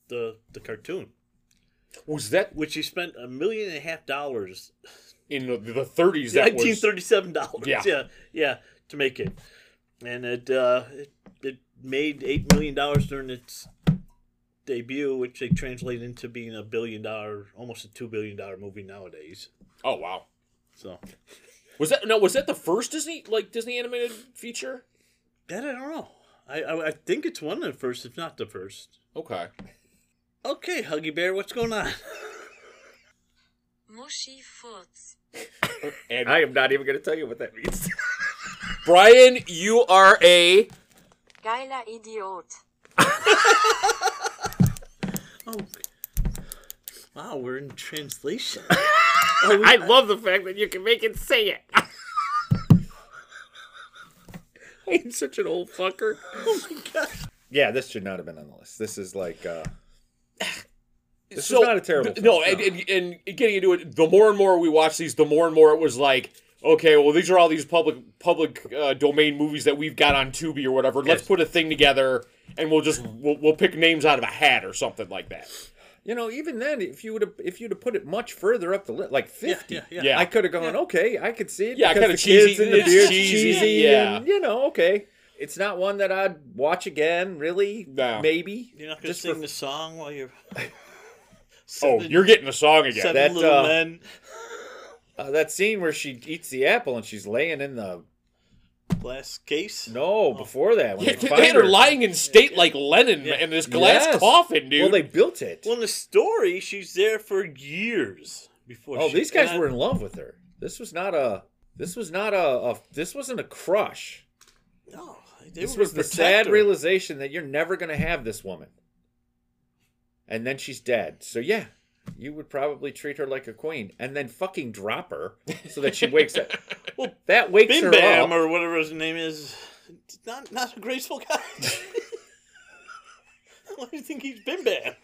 B: the the cartoon,
A: Was that
B: which he spent a million and a half dollars,
A: in the, the 30s? That was
B: 1937 dollars,
A: Yeah.
B: yeah, yeah, to make it, and it uh, it, it made eight million dollars during its debut which they translate into being a billion dollar almost a two billion dollar movie nowadays
A: oh wow.
B: So
A: Was that no? Was that the first Disney like Disney animated feature?
B: that I don't know. I, I I think it's one of the first, if not the first.
A: Okay.
B: Okay, Huggy Bear, what's going on?
F: Mushy Furz.
A: And
C: I am not even gonna tell you what that means.
A: Brian, you are a
F: Geiler Idiot.
B: Oh, wow, we're in translation.
C: I love the fact that you can make it say it. I'm such an old fucker.
B: oh my god!
D: Yeah, this should not have been on the list. This is like uh, This
A: so
D: is not a terrible
A: th- no,
D: film,
A: and,
D: no.
A: and and getting into it, the more and more we watch these, the more and more it was like, okay, well these are all these public public uh, domain movies that we've got on Tubi or whatever. Let's put a thing together, and we'll just we'll, we'll pick names out of a hat or something like that.
C: You know, even then, if you would have, if you'd have put it much further up the list, like fifty,
B: yeah, yeah.
A: Yeah.
C: I could have gone, okay, I could see it.
A: Yeah,
C: because
A: kinda
C: the kids
A: cheesy-
C: and the
A: it's
C: beard's
A: cheesy,
C: cheesy,
A: yeah.
C: and, you know, okay. It's not one that I'd watch again, really.
A: No.
C: Maybe
B: You're not gonna
C: Just
B: sing
C: for-
B: the song while you're.
A: Oh,
B: Seven-
A: you're getting a song again.
B: seven
C: that,
B: little
C: uh,
B: men.
C: uh, that scene where she eats the apple and she's laying in the
B: Glass case.
C: no before that. When
A: Yeah,
C: they
A: they
C: find
A: had her lying in state like Lennon
B: Yeah.
A: in this glass
C: Yes.
A: coffin, dude.
C: Well, they built it.
B: Well, in the story, she's there for years before.
C: oh,
B: she-
C: these guys
B: and I-
C: were in love with her. This was not a. This was not a. a this wasn't a crush.
B: No, they
C: This
B: were
C: was the
B: protect
C: sad
B: her.
C: realization that you're never going to have this woman. And then she's dead. So yeah, you would probably treat her like a queen and then fucking drop her so that she wakes up. well, that wakes
B: Bim
C: her
B: Bam
C: up.
B: or whatever his name is. not not a graceful guy. Why do you think he's been bad?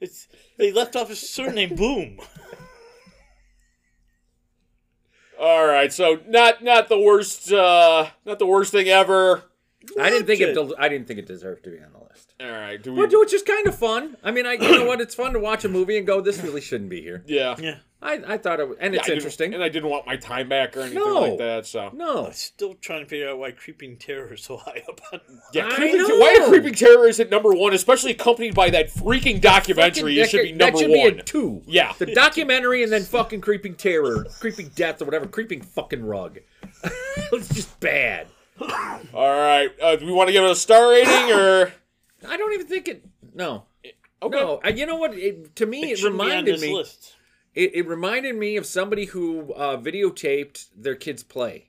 B: It's they left off his surname Boom.
A: All right, so not not the worst uh not the worst thing ever.
C: I didn't think it.
B: Legend.
C: del- I didn't think it deserved to be on the list.
A: All right, do we?
C: Which, which is kind of fun. I mean, I you know what? It's fun to watch a movie and go, "This really shouldn't be here."
A: Yeah,
B: Yeah,
C: I, I thought it, was, and
A: Yeah, I
C: it's
A: didn't-
C: interesting.
A: And I didn't want my time back or anything
C: No.
A: like that. So
C: No,
B: I'm still trying to figure out why Creeping Terror is so high up on.
A: yeah,
C: I
A: creeping,
C: know.
A: why are creeping terror is at number one, especially accompanied by that freaking documentary?
C: Fucking
A: it should
C: docu-
A: be number
C: that should
A: one.
C: be a two.
A: Yeah.
C: the documentary and then fucking creeping terror, creeping death or whatever, creeping fucking rug. it's just bad.
A: All right, uh, do we want to give it a star rating or?
C: I don't even think it. No,
A: Okay.
C: no. Uh, you know what? It, to me, it,
B: shouldn't be on
C: reminded
B: this
C: me.
B: list.
C: It, it reminded me of somebody who uh, videotaped their kids play.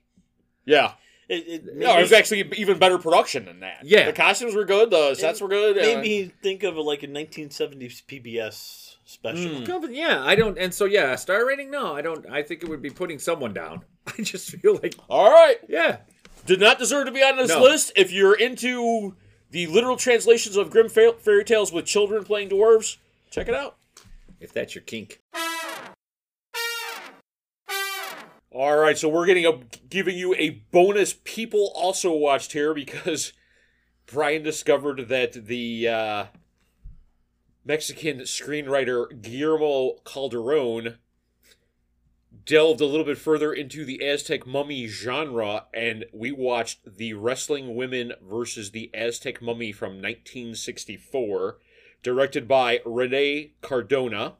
A: Yeah.
B: It, it
A: No, it
B: made
A: was
B: me-
A: actually even better production than that.
C: Yeah.
A: the costumes were good, the sets were good.
B: made
A: uh,
B: me think of like a 1970s PBS special.
A: Hmm.
C: No, but yeah, I don't. And so yeah, star rating. No, I don't. I think it would be putting someone down. I just feel like
A: All right,
C: yeah.
A: did not deserve to be on this
C: No.
A: list. If you're into the literal translations of grim fa- fairy tales with children playing dwarves, check it out.
C: If that's your kink.
A: All right, so we're getting a giving you a bonus. People also watched here because Brian discovered that the uh, Mexican screenwriter Guillermo Calderon delved a little bit further into the Aztec mummy genre, and we watched the Wrestling Women versus the Aztec Mummy from 1964, directed by Rene Cardona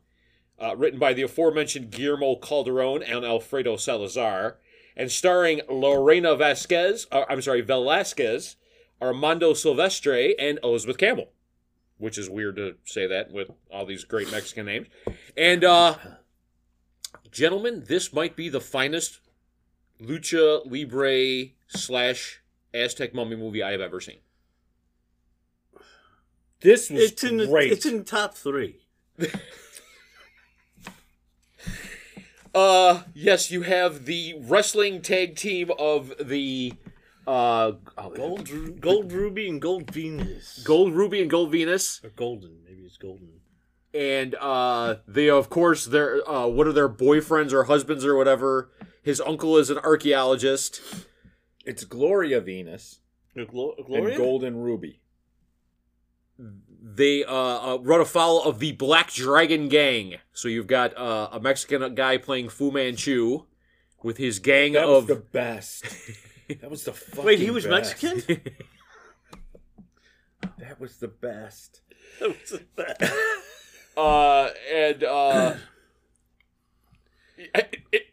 A: uh, written by the aforementioned Guillermo Calderon and Alfredo Salazar, and starring Lorena Vasquez, uh, I'm sorry, Velasquez, Armando Silvestre, and Elizabeth Campbell, which is weird to say that with all these great Mexican names. And, uh, gentlemen, this might be the finest lucha libre slash Aztec mummy movie I have ever seen.
D: This was
B: It's in the,
D: great.
B: it's in the top three.
A: Uh, yes, you have the wrestling tag team of the uh oh,
B: Gold, Ru- gold Ruby and Gold Venus.
A: Gold Ruby and Gold Venus,
B: or Golden, maybe it's Golden.
A: and uh, they of course their uh, what are their boyfriends or husbands or whatever. His uncle is an archaeologist.
D: it's Gloria Venus
B: Or Glo-
D: and
B: Gloria.
D: Golden Ruby.
A: They uh, uh, run afoul of the Black Dragon Gang. So you've got uh, a Mexican guy playing Fu Manchu with his gang
D: That was
A: of
D: the best. that was the fucking.
B: Wait, he was
D: best.
B: Mexican.
D: That was the best.
B: that was bad.
A: uh, and uh, it, it,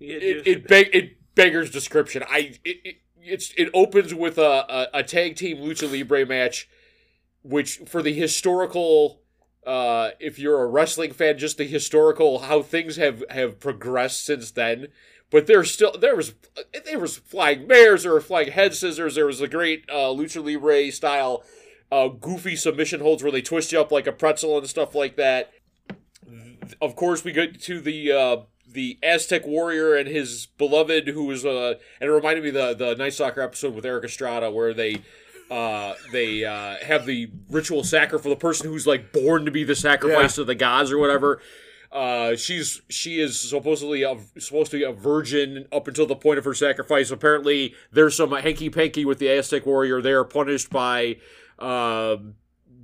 A: it it, beg, it beggars description. I it, it it's it opens with a, a a tag team lucha libre match, which for the historical. Uh, if you're a wrestling fan, just the historical how things have have progressed since then. But there's still there was there was flying mares, there were flying head scissors, there was a great uh, lucha libre style uh, goofy submission holds where they twist you up like a pretzel and stuff like that of course, we get to the uh, the Aztec warrior and his beloved, who was uh, and it reminded me of the the Night Soccer episode with Eric Estrada, where they uh, they uh, have the ritual sacri for the person who's like born to be the sacrifice of the gods or whatever. Uh, she's she is supposedly a, supposed to be a virgin up until the point of her sacrifice. Apparently, there's some hanky panky with the Aztec warrior. They are punished by uh,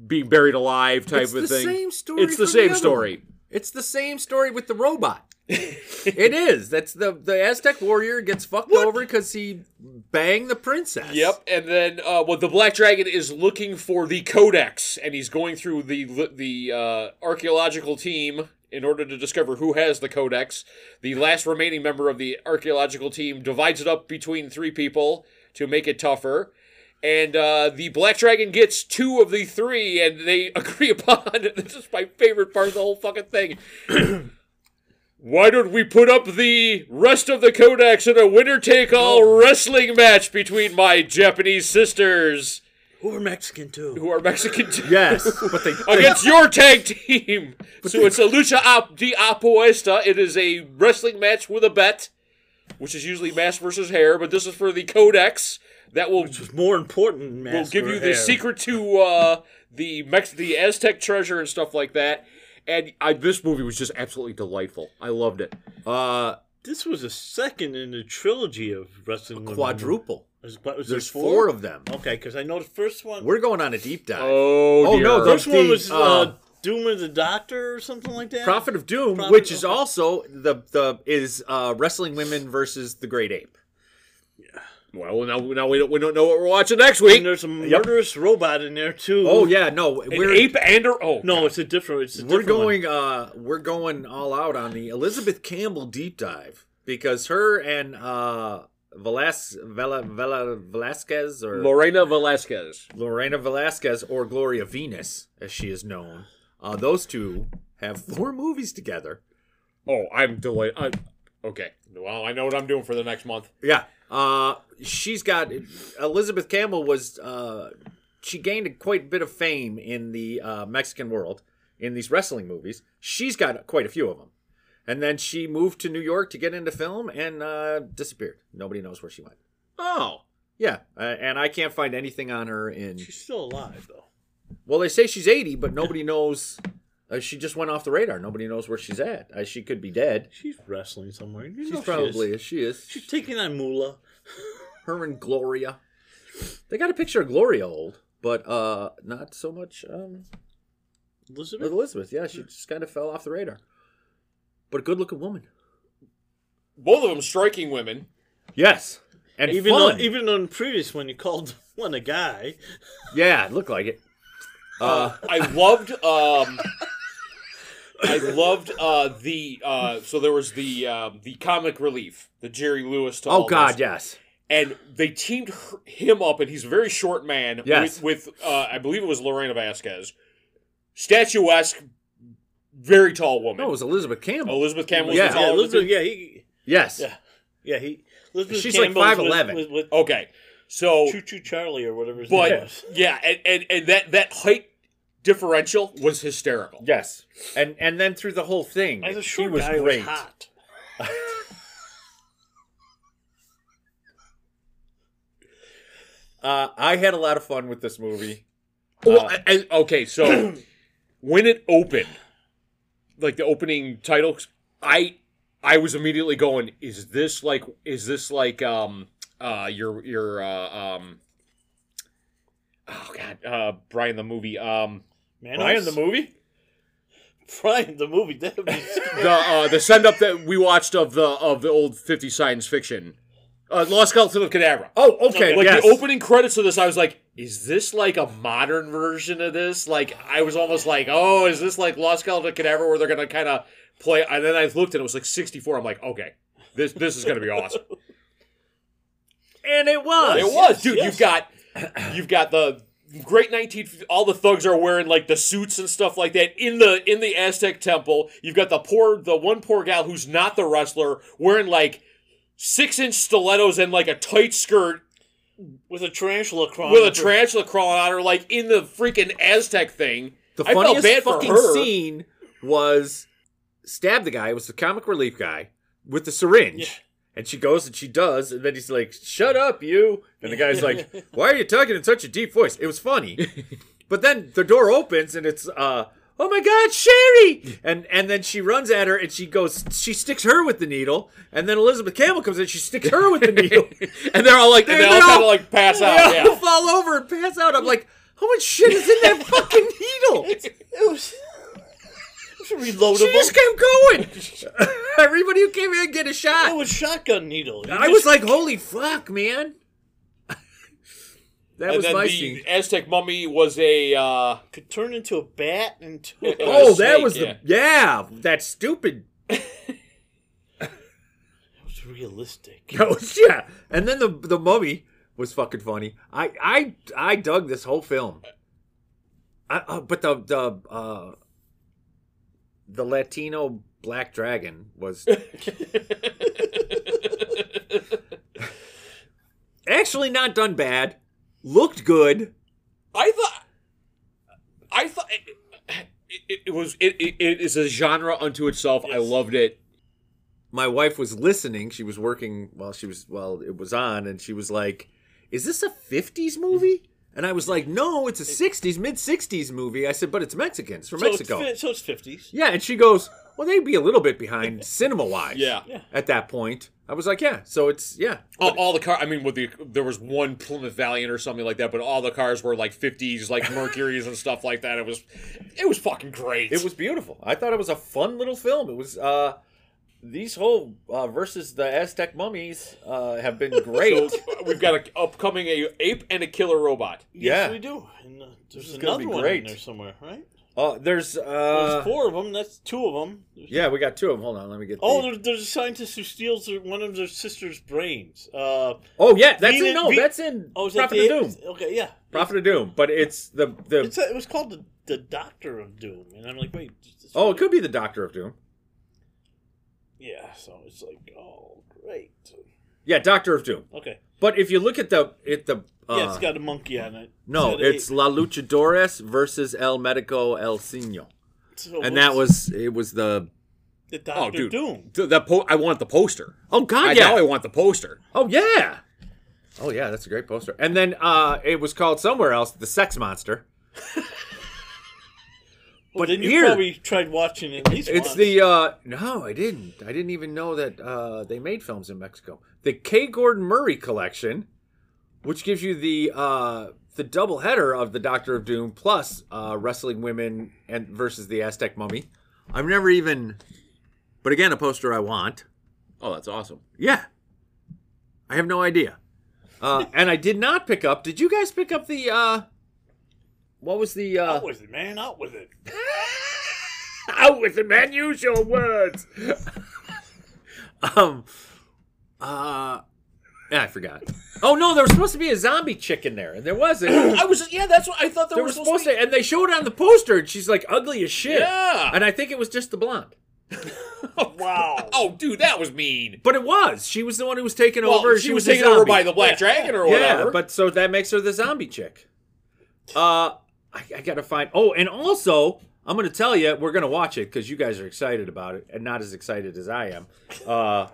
A: being buried alive, type
C: It's
A: of
C: the
A: thing.
C: same story
A: It's the
C: from the
A: same
C: other
A: story.
C: It's the same story with the robot. it is. That's the the Aztec warrior gets fucked over because he banged the princess.
A: Yep, and then uh, well, the Black Dragon is looking for the Codex, and he's going through the the uh, archaeological team in order to discover who has the Codex. The last remaining member of the archaeological team divides it up between three people to make it tougher. And uh, the Black Dragon gets two of the three, and they agree upon. This is my favorite part of the whole fucking thing. Why don't we put up the rest of the codex in a winner take all wrestling match between my Japanese sisters,
B: Who are Mexican too?
A: who are Mexican, too,
C: Yes, but they
A: against your tag team? So it's a lucha op- de apuesta. It is a wrestling match with a bet. which is usually mask versus hair, but this is for the codex that will
B: Which was more important than
A: will
B: mask
A: give
B: or
A: you the
B: hair.
A: secret to uh, the Mex- the Aztec treasure and stuff like that. And I, this movie was just absolutely delightful. I loved it. Uh,
B: This was a second in the trilogy of wrestling. women.
C: Quadruple.
B: Was, what, was there
C: There's four of them.
B: Okay, because I know the first one.
C: We're going on a deep dive.
A: oh,
C: Oh, no,
A: dear.
C: those-
B: first one
C: the,
B: was uh,
C: uh,
B: Doom of the Doctor or something like that.
C: Prophet of Doom,
B: Prophet-
C: which is
B: okay.
C: also the the is uh, wrestling women versus the Great Ape.
A: well now, now we don't we don't know what we're watching next
B: And
A: week.
B: there's a murderous robot in there too.
C: Oh yeah, no,
A: An
C: we're
A: ape and a oh
B: No, it's a different. It's a
C: we're
B: different one.
C: going uh we're going all out on the Elizabeth Campbell deep dive because her and uh Velas Vela, Vela Velasquez or
A: Lorena Velasquez.
C: Lorena Velasquez or Gloria Venus as she is known. Uh, those two have four movies together.
A: Oh, I'm delighted. I, okay, well I know what I'm doing for the next month.
C: Yeah. Uh, she's got Elizabeth Campbell was uh, she gained quite a bit of fame in the uh, Mexican world in these wrestling movies. She's got quite a few of them, and then she moved to New York to get into film and uh, disappeared. Nobody knows where she went.
A: Oh,
C: Yeah, uh, and I can't find anything on her in.
B: She's still alive though.
C: Well, they say she's eighty, but nobody knows. Uh, she just went off the radar. Nobody knows where she's at. Uh, she could be dead.
B: She's wrestling somewhere. You know
C: She's
B: she
C: probably
B: is.
C: she is.
B: She's taking on Moolah.
C: her and Gloria. They got a picture of Gloria old, but uh not so much um with
B: Elizabeth.
C: Elizabeth. Yeah, she just kind of fell off the radar. But a good looking woman.
A: both of them striking women.
C: Yes. And
B: Even
C: fun.
B: though, even on the previous one, you called one a guy.
C: yeah, it looked like it. Uh
A: I loved um I loved uh the uh so there was the um the comic relief, the Jerry Lewis to
C: oh
A: all
C: god,
A: this.
C: yes.
A: And they teamed her, him up and he's a very short man
C: Yes.
A: with, with uh I believe it was Lorena Vasquez. Statuesque very tall woman.
C: No, it was Elizabeth Campbell.
A: Elizabeth Campbell
C: Yeah.
A: was the
B: Yeah,
A: taller of the
B: Elizabeth. Yeah, he.
C: yes.
B: Yeah. Yeah, he. Elizabeth
C: She's like
B: Campbell's
C: 5'11.
B: With, with,
A: two. Okay. So
C: Oh.
B: with Choo Choo Charlie or whatever his name
A: but
B: was.
A: yeah, and, and and that that height differential was hysterical.
C: Yes. And and then through the whole thing,
B: As a
C: she
B: short
C: was
B: guy, he was
C: great.
B: hot.
C: uh I had a lot of fun with this movie.
A: Well, I, I- okay, so when it opened, like the opening title, I I was immediately going, is this like is this like um uh your your uh, um oh god uh Brian the movie um
B: Man,
C: Brian the movie?
B: Brian the movie. That would be
A: the uh the send up that we watched of the of the old 50 science fiction uh Lost Skeleton of Cadabra.
C: Oh, okay.
A: Like
C: yes.
A: the opening credits of this, I was like, "Is this like a modern version of this?" Like I was almost like, "Oh, is this like Lost Calendar Cadaver where they're gonna kind of play?" And then I looked and it was like 64. I'm like, "Okay, this this is gonna be awesome."
C: and it was.
A: it was, dude.
B: yes.
A: You've got you've got the great 19. All the thugs are wearing like the suits and stuff like that in the in the Aztec temple. You've got the poor the one poor gal who's not the wrestler wearing like six inch stilettos and like a tight skirt
B: with a tarantula crawling.
A: with a
B: up her-
A: tarantula crawling on her, like in the freaking Aztec thing.
C: The
A: I felt
C: funniest
A: bad for
C: fucking
A: her.
C: scene was stab the guy. It was the comic relief guy with the syringe. And she goes and she does, and then he's like, "Shut up, you!" And the guy's like, "Why are you talking in such a deep voice?" It was funny, but then the door opens and it's, uh, "Oh my God, Sherry!" And and then she runs at her and she goes, she sticks her with the needle, and then Elizabeth Campbell comes in, she sticks her with the needle.
A: And they're all like, they,
C: They're-
A: all
C: they're
A: kind of
C: all-
A: like pass out.
C: They all
A: Yeah.
C: fall over and pass out. I'm like, how much shit is in that fucking needle?
B: It was. It was reloadable.
C: She just kept going. Everybody who came in get a
B: It
C: shot.
B: was shotgun needle. You
C: I
B: just-
C: was like, holy fuck, man. that
A: And
C: was
A: then
C: my
A: the
C: scene.
A: Aztec mummy was a uh,
B: could turn into a bat and two.
A: Yeah.
C: Oh,
A: snake,
C: that was
A: yeah.
C: the yeah. That stupid.
B: It's realistic.
C: Oh yeah. And then the the mummy was fucking funny. I I I dug this whole film. I, uh, but the the uh, the Latino black dragon was actually not done bad. Looked good.
A: I thought, I thought it, it, it was it, it, it is a genre unto itself. I loved it.
C: my wife was listening. She was working while she was while it was on, and she was like, "Is this a '50s movie?" And I was like, "No, it's a '60s, mid '60s movie." I said, "But it's Mexican. It's from
B: So
C: Mexico."
B: It's, fi- so it's fifties.
C: Yeah, and she goes, "Well, they'd be a little bit behind cinema wise."
A: Yeah.
C: At that point, I was like, "Yeah." So it's yeah,
A: All, all the car. I mean, with the there was one Plymouth Valiant or something like that, but all the cars were like fifties, like Mercuries and stuff like that. It was, it was fucking great.
D: It was beautiful. I thought it was a fun little film. It was uh these whole uh, versus the Aztec mummies uh, have been great.
A: We've got a upcoming a ape and a killer robot.
B: Yes,
D: Yeah.
B: we do. And uh, there's
D: is gonna
B: another
D: be
B: one in
D: great.
B: there somewhere, right?
C: Oh,
D: uh, there's uh,
B: Oh, there's four of them. That's two of them.
D: yeah, we got two of them. Hold on, let me get.
B: Oh,
D: the-
B: there, there's a scientist who steals their, one of their sister's brains. Uh,
D: oh yeah, that's
B: Venus-
D: in. No,
B: Ve-
D: that's in.
B: oh, is that
D: Prophet
B: the
D: of Doom.
B: Okay, yeah.
C: Prophet of Doom. But it's the the
B: It's a, it was called the, the Doctor of Doom, and I'm like, wait. is this
C: oh,
B: really-
C: it could be the Doctor of Doom.
B: Yeah. So it's like, oh, great.
C: Yeah, Doctor of Doom.
B: Okay.
C: But if you look at the at the uh,
B: Yeah, it's got a monkey on it.
C: no,
B: got a-
C: it's La Luchadores versus El Médico El Sino,
B: so what's
C: and that was oh, it was the
B: the Doctor
A: dude.
B: Doom.
A: Th- That po- I want the poster.
C: oh god
A: I
C: yeah
A: now I want the poster.
C: Oh yeah. Oh yeah, that's a great poster. And then uh it was called somewhere else the Sex Monster.
B: Well,
C: But
B: then you
C: here-
B: probably tried watching it at least
C: It's
B: once.
C: the uh no, I didn't. I didn't even know that uh they made films in Mexico. The K Gordon Murray collection, which gives you the uh the double header of the Doctor of Doom plus uh wrestling women and versus the Aztec mummy. I've never even but again a poster I want.
A: Oh, that's awesome.
C: Yeah. I have no idea. Uh, and I did not pick up. Did you guys pick up the uh what was the uh
B: Out with it, man. Out with it.
C: out with the man use your words. um uh yeah, I forgot. Oh no, there was supposed to be a zombie chick in there, and there wasn't.
A: I
C: there
A: was yeah. That's what I thought. There,
C: was supposed to, and they showed it on the poster, and she's like ugly as shit.
A: Yeah.
C: And I think it was just the blonde,
B: Wow.
A: Oh, dude, that was mean.
C: but it was. She was the one who was taken
A: Well,
C: over.
A: she, was
C: the
A: taken over
C: zombie.
A: by the Black Dragon or whatever.
C: Yeah, but so that makes her the zombie chick. Uh, I, I gotta find. Oh, and also, I'm gonna tell you, we're gonna watch it because you guys are excited about it, and not as excited as I am. Uh,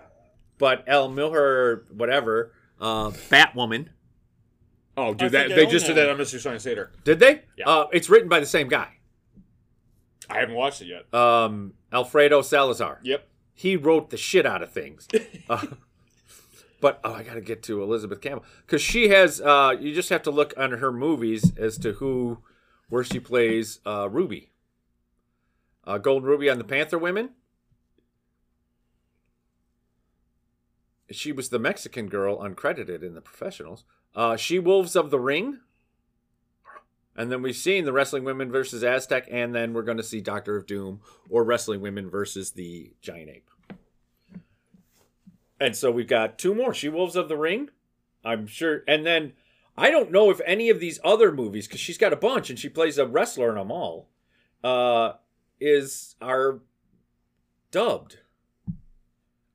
C: but El Milher, whatever, uh, Batwoman.
A: oh,
B: I
A: dude,
B: think
A: that,
B: they
A: they
B: own
A: just did
B: that
A: that on Mystery Science Theater.
C: Did they?
A: Yeah.
C: Uh, it's written by the same guy,
A: I haven't watched it yet.
C: um, Alfredo Salazar.
A: Yep.
C: He wrote the shit out of things. Uh, but oh, I gotta get to Elizabeth Campbell because she has. Uh, you just have to look on her movies as to who, where she plays uh, Ruby. Uh, Golden Ruby on the Panther Women. She was the Mexican girl, uncredited in the professionals. Uh, she Wolves of the Ring. And then we've seen the Wrestling Women versus Aztec, and then we're going to see Doctor of Doom or Wrestling Women versus the Giant Ape. And so we've got two more She Wolves of the Ring, I'm sure. And then I don't know if any of these other movies, because she's got a bunch and she plays a wrestler in them all, uh, is are dubbed.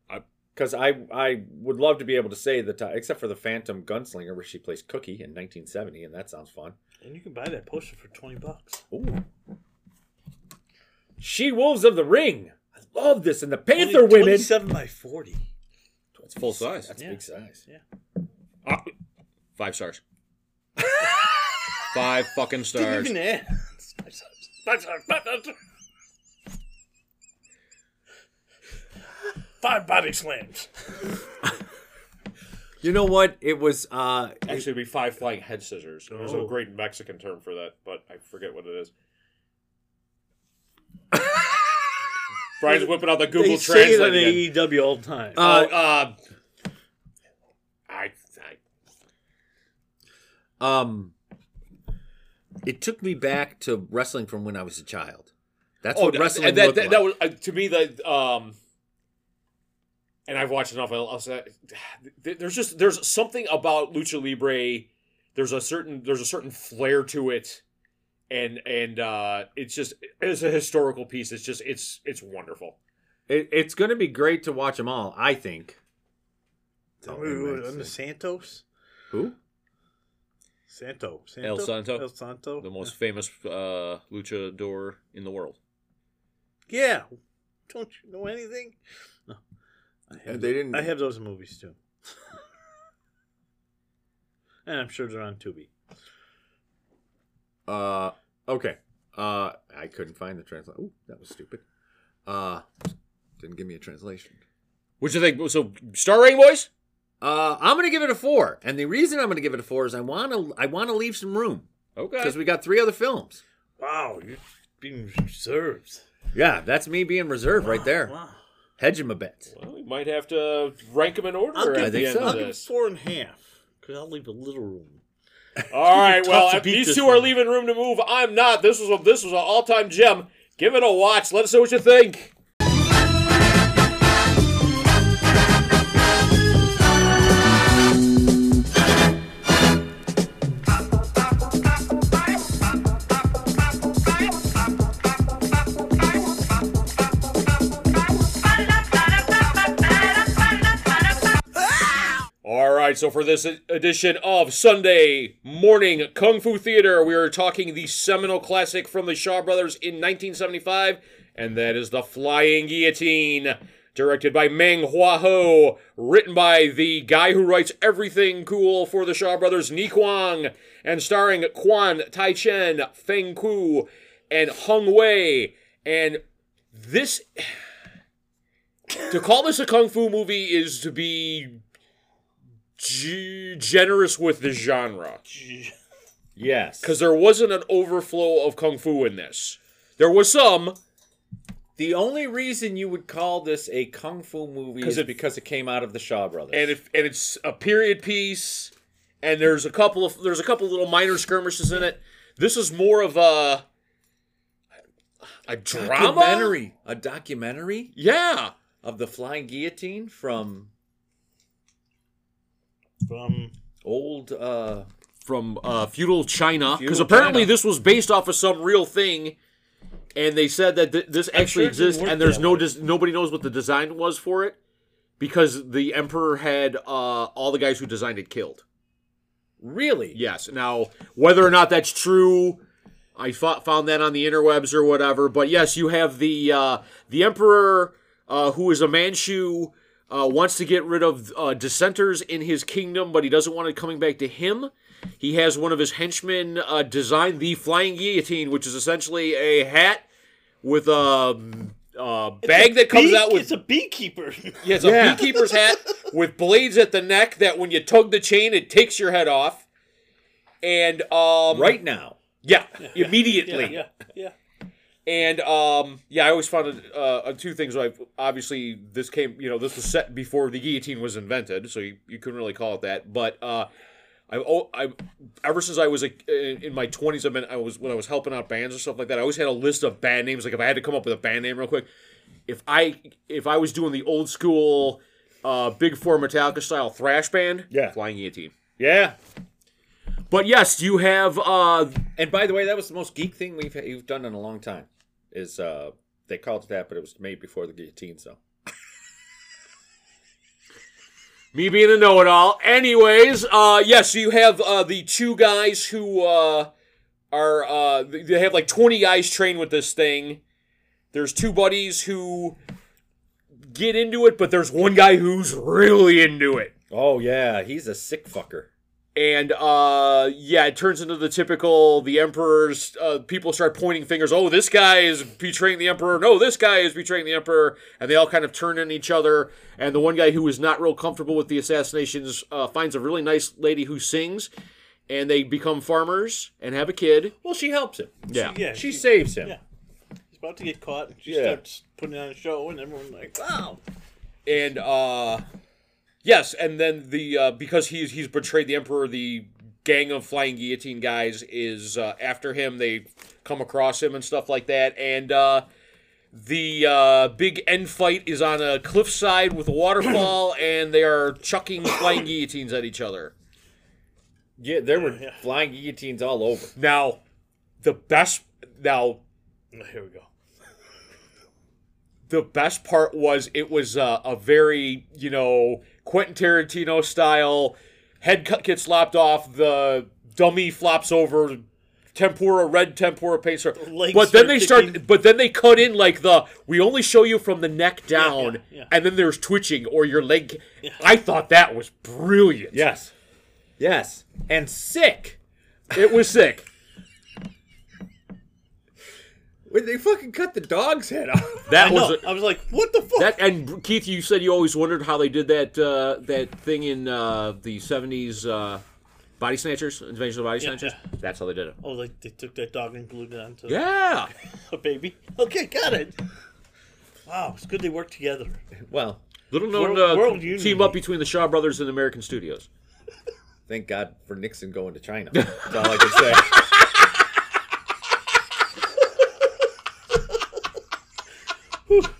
A: I-
C: Because I I would love to be able to say the time, except for the Phantom Gunslinger, where she plays Cookie in 1970, and that sounds fun.
B: And you can buy that poster for twenty bucks.
C: Ooh. She Wolves of the Ring. I love this. And the Panther
B: Only
C: Women.
B: Twenty-seven by forty.
A: It's full size.
D: That's
B: Yeah.
D: big size.
A: Ah, five stars. five fucking
B: Didn't
A: stars.
B: even add. Five stars, five stars, five stars. Five body slams.
C: You know what? It was uh
A: Actually, it'd be five flying head scissors. There's a
B: Oh.
A: great Mexican term for that, but I forget what it is. Brian's whipping out the Google Translate. again.
B: AEW E all the time.
A: oh, uh, I, I
C: um it took me back to wrestling from when I was a child. That's what
A: th-
C: wrestling
A: and Oh, that,
C: looked
A: that,
C: like.
A: that was uh, to me the um and i've watched enough I'll, I'll say, th- there's just there's something about lucha libre there's a certain there's a certain flair to it and and uh it's just it's a historical piece it's just it's it's wonderful
C: It- it's going to be great to watch them all, I think.
B: Tell
C: Oh,
B: me who-
C: it makes
B: under
C: sense.
B: Santos?
C: Who?
B: Santo. Santo.
A: El Santo?
B: El Santo.
A: famous uh luchador in the world
B: Yeah. Don't you know anything? No. have-
G: they didn't-
B: I have those in movies too, and I'm sure they're on Tubi.
G: Uh, okay. Uh, I couldn't find the translation. Ooh, that was stupid. Uh, didn't give me a translation.
C: What you think? So, star rating, boys?
G: Uh, I'm gonna give it a four, and the reason I'm gonna give it a four is I wanna I wanna leave some room
C: Okay.
G: because we got three other films.
B: Wow, you're being reserved.
G: Yeah, that's me being reserved right there.
B: Wow.
G: Hedging my bets.
A: Well, we might have to rank them in order
B: I'll
A: at
B: give-
A: the
G: I think
A: end
G: so.
A: of
B: I'll give it
A: this.
B: four and a half because I'll leave a little room.
A: All right,
B: tough
A: well,
B: to
A: if
B: beat
A: these
B: this
A: two
B: one.
A: are leaving room to move. I'm not. This was a, this was an all time gem. Give it a watch. Let us know what you think. All right, so for this e- edition of Sunday Morning Kung Fu Theater, we are talking the seminal classic from the Shaw Brothers in 1975, and that is The Flying Guillotine, directed by Meng Hua Ho, written by the guy who writes everything cool for the Shaw Brothers, Ni Kuang, and starring Quan, Tai Chen, Feng Ku, and Hung Wei. And this. to call this a kung fu movie is to be g- generous with the genre
D: Yes.
A: because there wasn't an overflow of kung fu in this. There was some.
D: The only reason you would call this a kung fu movie
A: 'Cause
D: is
A: it-
D: because it came out of the Shaw Brothers.
A: and if and it's a period piece, and there's a couple of there's a couple little minor skirmishes in it. This is more of a a drama.
D: documentary, a documentary
A: Yeah,
D: of the flying guillotine from
B: From
D: old. Uh,
A: from uh, feudal China, because
D: Feudal
A: apparently
D: China.
A: this was based off of some real thing, and they said that th- this actually
B: sure it didn't
A: exists,
B: work
A: and there's
B: that
A: no
B: way.
A: dis- nobody knows what the design was for it, because the emperor had uh, all the guys who designed it killed.
D: really?
A: Yes. Now, whether or not that's true, I fo- found that on the interwebs or whatever. But yes, you have the uh, the emperor uh, who is a Manchu uh, wants to get rid of uh, dissenters in his kingdom, but he doesn't want it coming back to him. He has one of his henchmen uh, design the flying guillotine, which is essentially a hat with a, a bag that comes
B: Bee-
A: out with
B: it's a beekeeper.
A: yeah, it's a beekeeper's hat with blades at the neck that when you tug the chain, it takes your head off. And um
D: Right now.
A: yeah, immediately.
B: yeah, yeah.
A: And um yeah, I always found it, uh, on two things. Like obviously, this came, you know, this was set before the guillotine was invented, so you, you couldn't really call it that. But uh, I've oh, I ever since I was a, in in my twenties, I've been I was when I was helping out bands or stuff like that. I always had a list of band names. Like if I had to come up with a band name real quick, if I if I was doing the old school uh, big four Metallica style thrash band,
D: Yeah.
A: Flying Guillotine.
D: Yeah.
A: But yes, you have uh,
D: And by the way, that was the most geek thing we've you've done in a long time. Is uh, they called it that, but it was made before the guillotine. So
A: me being a know-it-all. Anyways, uh, yes, you have uh, the two guys who uh, are uh, they they have like twenty guys trained with this thing. There's two buddies who get into it, but there's one guy who's really into it.
D: Oh yeah, he's a sick fucker.
A: And uh, yeah, it turns into the typical the emperor's. Uh, people start pointing fingers. Oh, this guy is betraying the emperor. No, this guy is betraying the emperor. And they all kind of turn on each other. And the one guy who is not real comfortable with the assassinations uh, finds a really nice lady who sings, and they become farmers and have a kid.
D: Well, she helps him.
A: Yeah,
B: Yeah,
D: She
B: she-
D: saves him.
B: Yeah. He's about to get caught, and she
D: Yeah.
B: starts putting on a show, and everyone's like, "Wow!"
A: and uh, yes, and then the uh, because he's he's betrayed the emperor, the gang of flying guillotine guys is uh, after him. They come across him and stuff like that, and uh, the uh, big end fight is on a cliffside with a waterfall, and they are chucking flying guillotines at each other.
D: Yeah, there were flying guillotines all over.
A: Now, the best now
B: Here we go.
A: the best part was it was uh, a very you know Quentin Tarantino style head cut gets lopped off the dummy flops over tempura, red tempura paste. or-
B: Legs
A: But then
B: start
A: they
B: kicking.
A: start. But then they cut in like the we only show you from the neck down,
B: yeah, yeah.
A: and then there's twitching or your leg. I thought that was brilliant.
C: Yes. Yes. And sick.
A: it was sick.
G: Wait, they fucking cut the dog's head off.
A: That
B: I
A: was
B: know.
A: a-
B: Oh, I was like, what the fuck?
A: that. And Keith, you said you always wondered how they did that uh, that thing in uh, the '70s. Uh, Body snatchers, invasion of body
B: Yeah,
A: snatchers. That's how they did it.
B: oh, like they took that dog and glued it onto
A: Yeah,
B: a baby. Okay, got it. Wow, it's good they work together.
G: Well,
A: little known
B: World-
A: uh,
B: world
A: team
B: unity.
A: up between the Shaw Brothers and American Studios.
G: thank God for Nixon going to China. That's all I can say.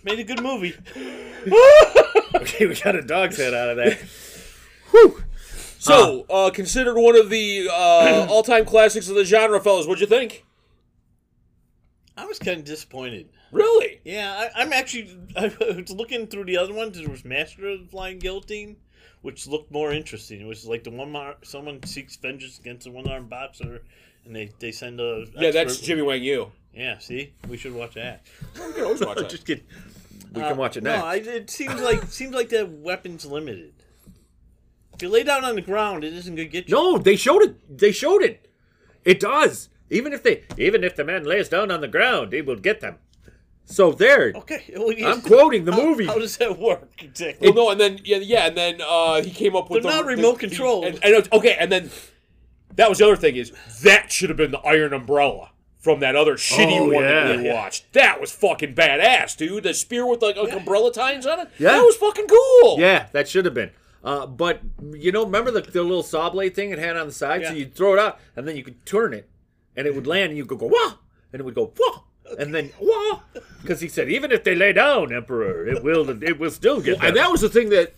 B: Made a good movie.
G: okay, we got a dog's head out of that.
A: So, uh, considered one of the uh, all-time classics of the genre, fellas. What'd you think?
B: I was kind of disappointed.
A: Really?
B: Yeah, I, I'm actually. I was looking through the other ones. There was Master of the Flying Guillotine, which looked more interesting. It was like the one mar- someone seeks vengeance against a one-armed boxer, and they they send a
A: Yeah, that's
B: expert-
A: Jimmy Wang Yu.
B: Yeah, see, we should watch that.
G: Just kidding. We
B: Uh,
G: can watch it
B: No,
G: next.
B: I, it seems like seems like the weapons limited. If you lay down on the ground, it isn't gonna get you.
C: No, they showed it. They showed it. It does. Even if they even if the man lays down on the ground, he will get them. So there.
G: Oh,
B: Okay, well, yes.
C: I'm quoting the
B: How-
C: movie.
B: How does that work exactly?
A: Well, no, and then yeah, yeah, and then uh, he came up with
B: They're
A: the,
B: not remote
A: the-
B: controlled.
A: And, and it's- okay, and then that was the other thing is that should have been the Iron Umbrella from that other shitty
C: Oh,
A: one
C: yeah.
A: that we watched. That was fucking badass, dude. The spear with like, like umbrella tines on it.
C: Yeah.
A: that was fucking cool.
C: Yeah, that should have been. Uh, but you know, remember the, the little saw blade thing it had on the side? So
B: Yeah.
C: you'd throw it out, and then you could turn it, and it would land, and you could go wah, and it would go wah, and then wah, because he said even if they lay down, Emperor, it will it will still get.
A: and
C: them."
A: that was the thing that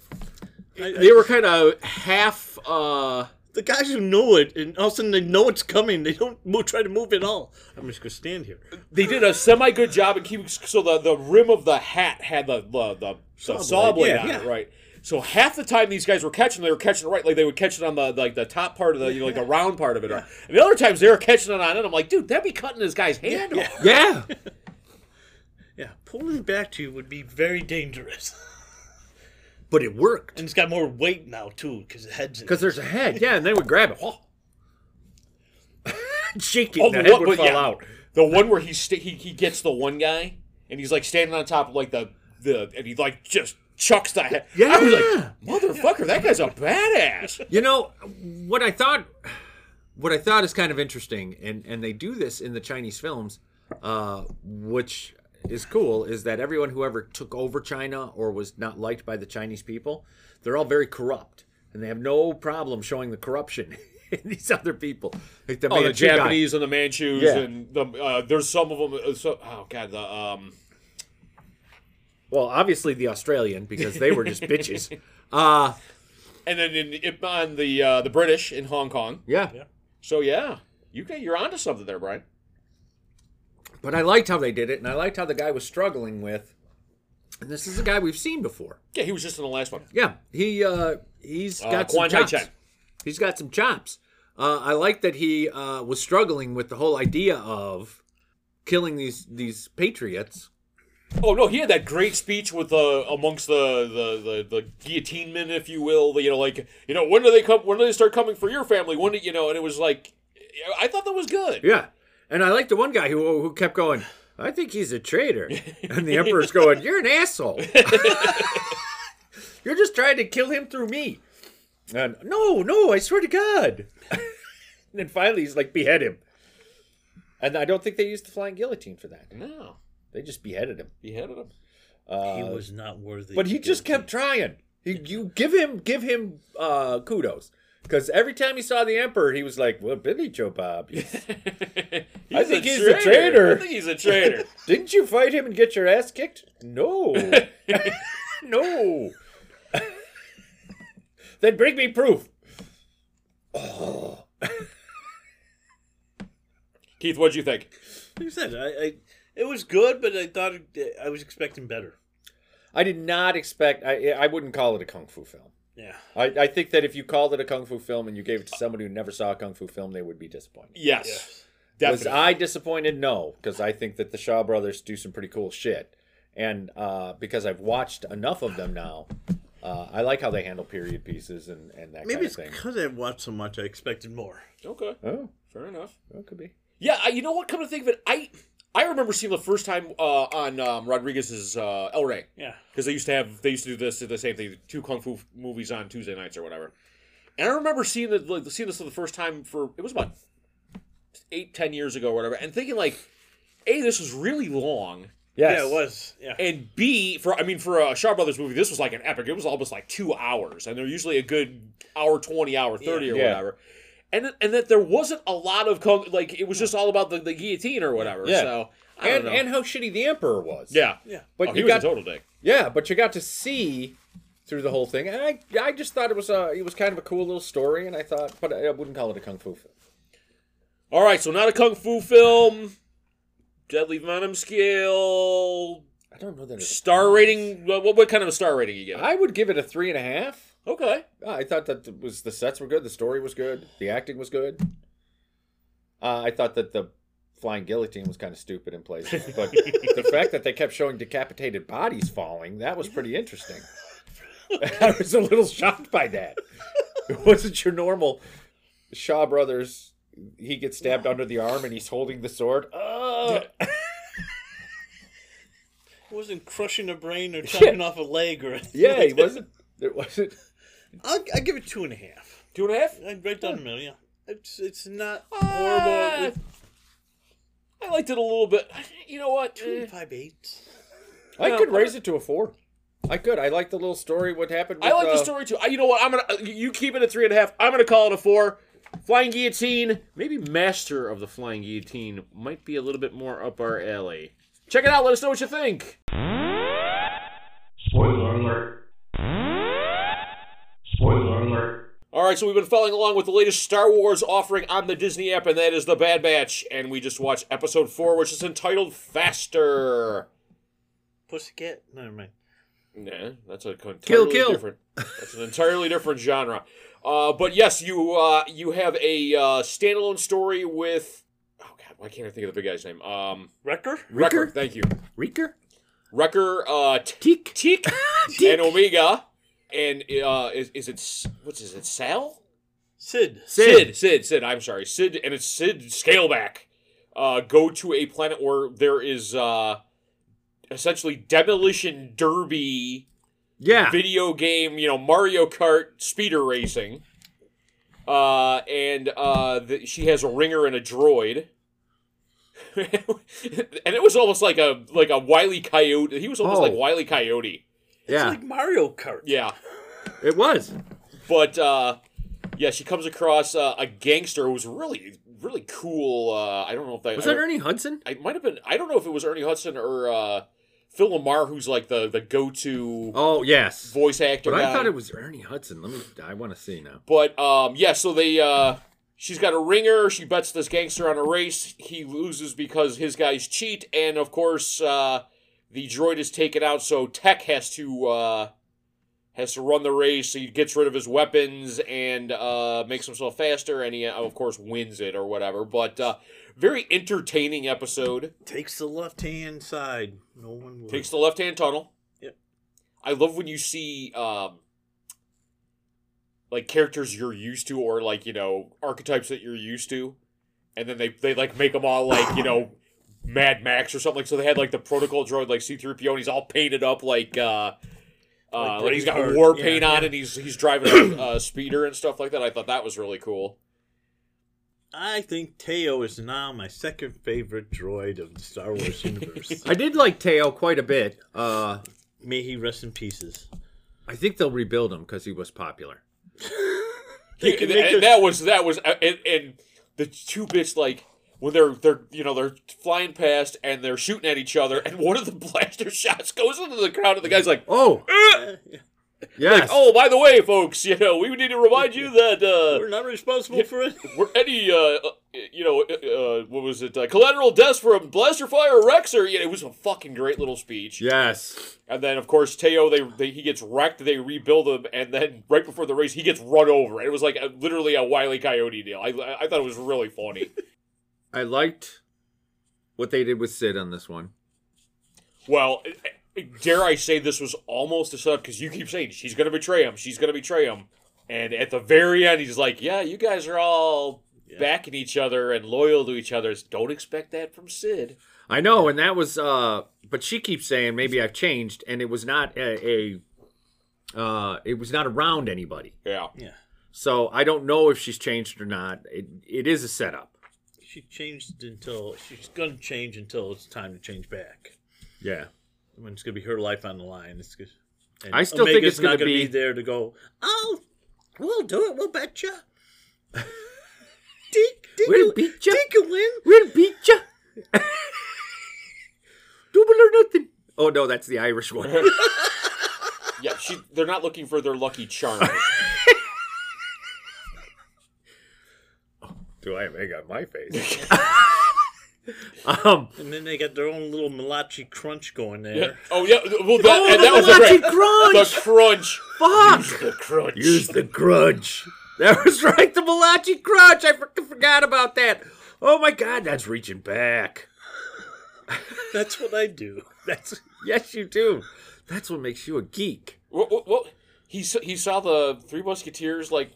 A: they were kind of half. Uh,
B: the guys who know it, and all of a sudden they know it's coming, they don't move, try to move at all. I'm just gonna stand here.
A: they did a semi good job at keeping so the, the rim of the hat had the the, the, the saw blade
B: yeah,
A: on it,
B: yeah.
A: right? So half the time these guys were catching, they were catching it right, like they would catch it on the like the top part of the you know, like the round part of it, right? and the other times they were catching it on it. I'm like, dude, that'd be cutting this guy's hand off.
C: yeah.
B: Yeah, pulling it back to you would be very dangerous.
C: But it worked
B: and it's got more weight now too, because the head's in.
C: because there's a head. Yeah, and they would grab it. Wah. Shake it.
A: Oh,
C: and the
A: the
C: head
A: one-
C: would
A: but
C: fall
A: yeah.
C: out.
A: The one where he sti- he he gets the one guy and he's like standing on top of like the the and he like just chucks the head. I was
C: Yeah.
A: like, motherfucker, that guy's a badass.
C: You know what I thought. What I thought is kind of interesting, and and they do this in the Chinese films, uh, which is cool, is that everyone who ever took over China or was not liked by the Chinese people, they're all very corrupt, and they have no problem showing the corruption in these other people. Like the
A: Oh, the
C: Manchu guy.
A: Japanese and the Manchus
C: Yeah.
A: and the uh, there's some of them. Uh, so, oh god, the um.
C: Well, obviously the Australian because they were just bitches. Uh
A: and then in, in, on the uh, the British in Hong Kong.
C: yeah.
A: So yeah, you can, you're onto something there, Brian.
C: But I liked how they did it, and I liked how the guy was struggling with. And this is a guy we've seen before.
A: Yeah, he was just in the last one.
C: Yeah, he uh, he's
A: Uh,
C: got
A: Quan
C: some
A: Hai
C: chops.
A: Chen.
C: He's got some chops. Uh, I like that he uh, was struggling with the whole idea of killing these these patriots.
A: Oh no, he had that great speech with uh, amongst the, the the the guillotine men, if you will. The, you know, like you know, when do they come? When do they start coming for your family? When do you know? And it was like, I thought that was good.
C: Yeah, and I like the one guy who who kept going. I think he's a traitor, and the emperor's going, "You're an asshole. You're just trying to kill him through me." And no, no, I swear to God. and then finally, he's like, "Behead him."
D: And I don't think they used the flying guillotine for that.
A: No,
D: They just beheaded him.
A: beheaded him.
B: he was not worthy.
C: But he just kept trying. He, you give him give him uh, kudos because every time he saw the emperor, he was like, "Well, Billy Joe Bob, you-
A: He's
D: think he's a traitor.
A: I think he's a traitor.
D: Didn't you fight him and get your ass kicked? No. no. then bring me proof.
A: Keith, what'd you think?
B: Like I said, I, I it was good, but I thought it, I was expecting better.
D: I did not expect. I I wouldn't call it a kung fu film.
B: Yeah,
D: I, I think that if you called it a kung fu film and you gave it to somebody who never saw a kung fu film, they would be disappointed.
A: Yes.
D: Was I disappointed? No, because I think that the Shaw brothers do some pretty cool shit, and uh, because I've watched enough of them now, uh, I like how they handle period pieces and and that
B: Maybe it's
D: kind of
B: because I watched so much, I expected more.
A: Okay,
D: thing.
A: fair enough.
D: Oh, that could be.
A: Yeah, I- you know what? Come to think of it, I I remember seeing the first time uh, on um, Rodriguez's uh, El Rey
B: Yeah.
A: because they used to have they used to do this the same thing, two kung fu f- movies on Tuesday nights or whatever. And I remember seeing the like, seeing this for the first time for it was about eight ten years ago or whatever, and thinking like, a this was really long.
D: Yes.
B: Yeah, it was. Yeah.
A: And B, for I mean, for a Shaw Brothers movie, this was like an epic. It was almost like two hours, and they're usually a good hour twenty, hour thirty, or
D: Yeah.
A: whatever. And th- and that there wasn't a lot of kung, like it was just all about the, the guillotine or whatever.
D: Yeah.
A: So I don't
C: and
A: know.
C: and how shitty the emperor was.
A: yeah,
B: Yeah.
C: but
A: Oh, he
C: you
A: was
C: got
A: a total dick.
C: yeah, but you got to see through the whole thing, and I I just thought it was a it was kind of a cool little story, and I thought, but I wouldn't call it a kung fu film.
A: All right, so not a kung fu film. Deadly Venom scale.
C: I don't know that it's
A: Star rating. What, what- what kind of a star rating you give? it?
C: I would give it a three and a half.
A: okay.
C: I thought that the- was the sets were good, the story was good, the acting was good.
D: Uh, I thought that the flying guillotine was kind of stupid in places, but the fact that they kept showing decapitated bodies falling that was pretty interesting. I was a little shocked by that. It wasn't your normal Shaw Brothers. He gets stabbed under the arm and he's holding the sword. Uh, Ugh.
B: It wasn't crushing a brain or chopping off a leg or.
D: yeah, he wasn't. It wasn't.
B: I'll, I'll give it two and a half.
A: Two and a half.
B: I'd Right down the middle, yeah. It's, it's not
A: Ah,
B: horrible.
A: I liked it a little bit. You know what?
B: Two
A: Eh.
B: and five eighths.
D: I could raise it to a four. I could. I like the little story. What happened? With,
A: I like
D: uh,
A: the story too. I, you know what? I'm gonna uh, you keep it at three and a half. I'm gonna call it a four. Flying guillotine. Maybe master of the flying guillotine might be a little bit more up our alley. Check it out. Let us know what you think.
H: Spoiler alert. Spoiler alert.
A: All right, so we've been following along with the latest Star Wars offering on the Disney app, and that is The Bad Batch. And we just watched episode four, which is entitled Faster.
B: Pussycat? Never mind.
A: Nah, that's a entirely
C: Kill, kill.
A: different. That's an entirely different genre. Uh, but yes, you uh, you have a uh, standalone story with. Oh God, why can't I think of the big guy's name? Um,
B: Wrecker?
A: Wrecker.
C: Wrecker?
A: Thank you,
C: Reeker?
A: Wrecker. Uh, T-
C: Teak?
A: Teak and Omega, and uh, is, is it S- what's is it Sal?
B: Sid.
A: Sid, Sid, Sid. I'm sorry, Sid, and it's Sid Scaleback. Uh, go to a planet where there is uh, essentially demolition derby
C: Yeah.
A: video game, you know, Mario Kart speeder racing. Uh, and uh, the, she has a ringer and a droid. and it was almost like a like a wily coyote. He was almost
C: Oh.
A: like wily coyote.
C: yeah.
B: Like Mario Kart.
A: Yeah,
C: it was.
A: but uh, yeah, she comes across uh, a gangster who's really really cool. Uh, I don't know if that
C: Was
A: I
C: that
A: don't-
C: Ernie Hudson?
A: I might have been. I don't know if it was Ernie Hudson or uh, Phil Lamar, who's like the the go to
C: Oh yes.
A: voice actor.
C: But I
A: guy.
C: thought it was Ernie Hudson. Let me I wanna see now.
A: But um, yeah, so they uh, she's got a ringer. She bets this gangster on a race. He loses because his guys cheat, and of course uh, the droid is taken out. So Tech has to uh, has to run the race. He gets rid of his weapons and uh, makes himself faster, and he uh, of course wins it or whatever. But uh, very entertaining episode.
B: Takes the left hand side. No one will.
A: Takes the left hand tunnel.
B: Yep.
A: I love when you see um, like characters you're used to, or like you know archetypes that you're used to, and then they they like make them all like you know Mad Max or something. So they had like the protocol droid like C-3PO, and he's all painted up like. uh uh,
B: Like
A: like he's got
B: Braveheart,
A: war
B: yeah,
A: paint on, and he's he's driving a uh, speeder and stuff like that. I thought that was really cool.
B: I think Teo is now my second favorite droid of the Star Wars universe.
C: I did like Teo quite a bit. Uh
B: May he rest in pieces.
C: I think they'll rebuild him because he was popular.
A: Yeah,
B: They could
A: and-
B: make
A: and
B: a-
A: that was that was uh, and, and the two bits like when they're they're you know they're flying past and they're shooting at each other and one of the blaster shots goes into the crowd and the guy's like
C: Oh yes.
A: Uh, oh by the way folks you know we need to remind you that uh
B: We're not responsible
A: yeah.
B: for it.
A: we're any uh uh, you know uh, uh, what was it uh, collateral deaths from blaster fire or wrecks or you know, it was a fucking great little speech
C: Yes.
A: and then of course Teo they, they he gets wrecked they rebuild him and then right before the E. race he gets run over it was like a, literally a wily coyote deal I I thought it was really funny.
C: I liked what they did with Sid on this one.
A: Well, eh, dare I say this was almost a sub because you keep saying she's going to betray him. She's going to betray him. And at the very end, he's like, yeah, you guys are all backing each other and loyal to each other. Don't expect that from Sid.
C: I know, and that was. uh But she keeps saying maybe I've changed, and it was not a. a uh, it was not around anybody,
A: Yeah.
C: so I don't know if she's changed or not. It, it is a setup.
B: She changed until she's gonna change until it's time to change back.
C: Yeah,
B: When it's gonna be her life on the line. It's good. And
C: I still think
B: Omega's
C: it's gonna
B: not gonna be...
C: be-
B: there to go. Oh, we'll do it. We'll bet you. Dink, dink,
C: we'll beat you.
B: dink, win.
C: We'll beat you. Double or nothing. Oh no, that's the Irish one.
A: Yeah, she, they're not looking for their lucky charm.
C: Do I have egg on my face? um,
B: And then they got their own little Malachi crunch going there.
A: oh, yeah. Well, that,
C: oh,
A: and that
C: the
A: was great.
C: Malachi Grudge!
A: The crunch.
C: Fuck!
A: The crunch.
C: Use the grudge. That was right, the Malachi grudge. I frickin' forgot about that. Oh my god, that's reaching back.
B: That's what I do. That's
C: Yes, you do. That's what makes you a geek.
A: What, what, what? He, s- he saw the Three Musketeers like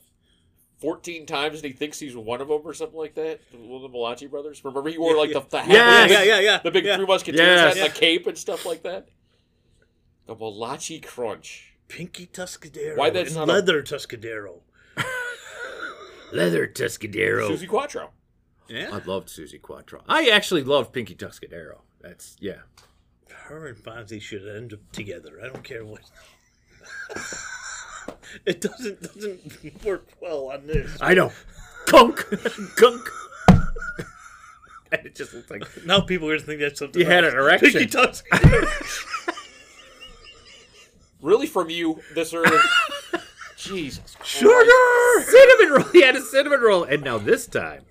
A: 14 times and he thinks he's one of them or something like that. One of the Malachi brothers. Remember, he wore like the, the hat.
C: Yes.
A: with the
B: yeah, yeah, yeah.
A: The big
B: yeah.
A: Three Musketeers
C: Yes.
A: had the cape and stuff like that. The Malachi Crunch.
B: pinky Tuscadero.
A: Why that's
B: and
A: not a-
B: leather Tuscadero?
C: Leather Tuscadero.
A: Susie Quattro.
B: Yeah,
C: I loved Susie Quattro. I actually loved Pinky Tuscadero. That's yeah.
B: her and Fonzie should end up together. I don't care what. it doesn't doesn't work well on this.
C: I know. Gunk. Gunk. and it just looks like
B: Now people are gonna think that's something.
C: You had
B: else.
C: an erection.
B: Pinky Tuscadero.
A: Really from you this early? Jesus Christ.
C: sugar cinnamon roll. He had a cinnamon roll, and now this time,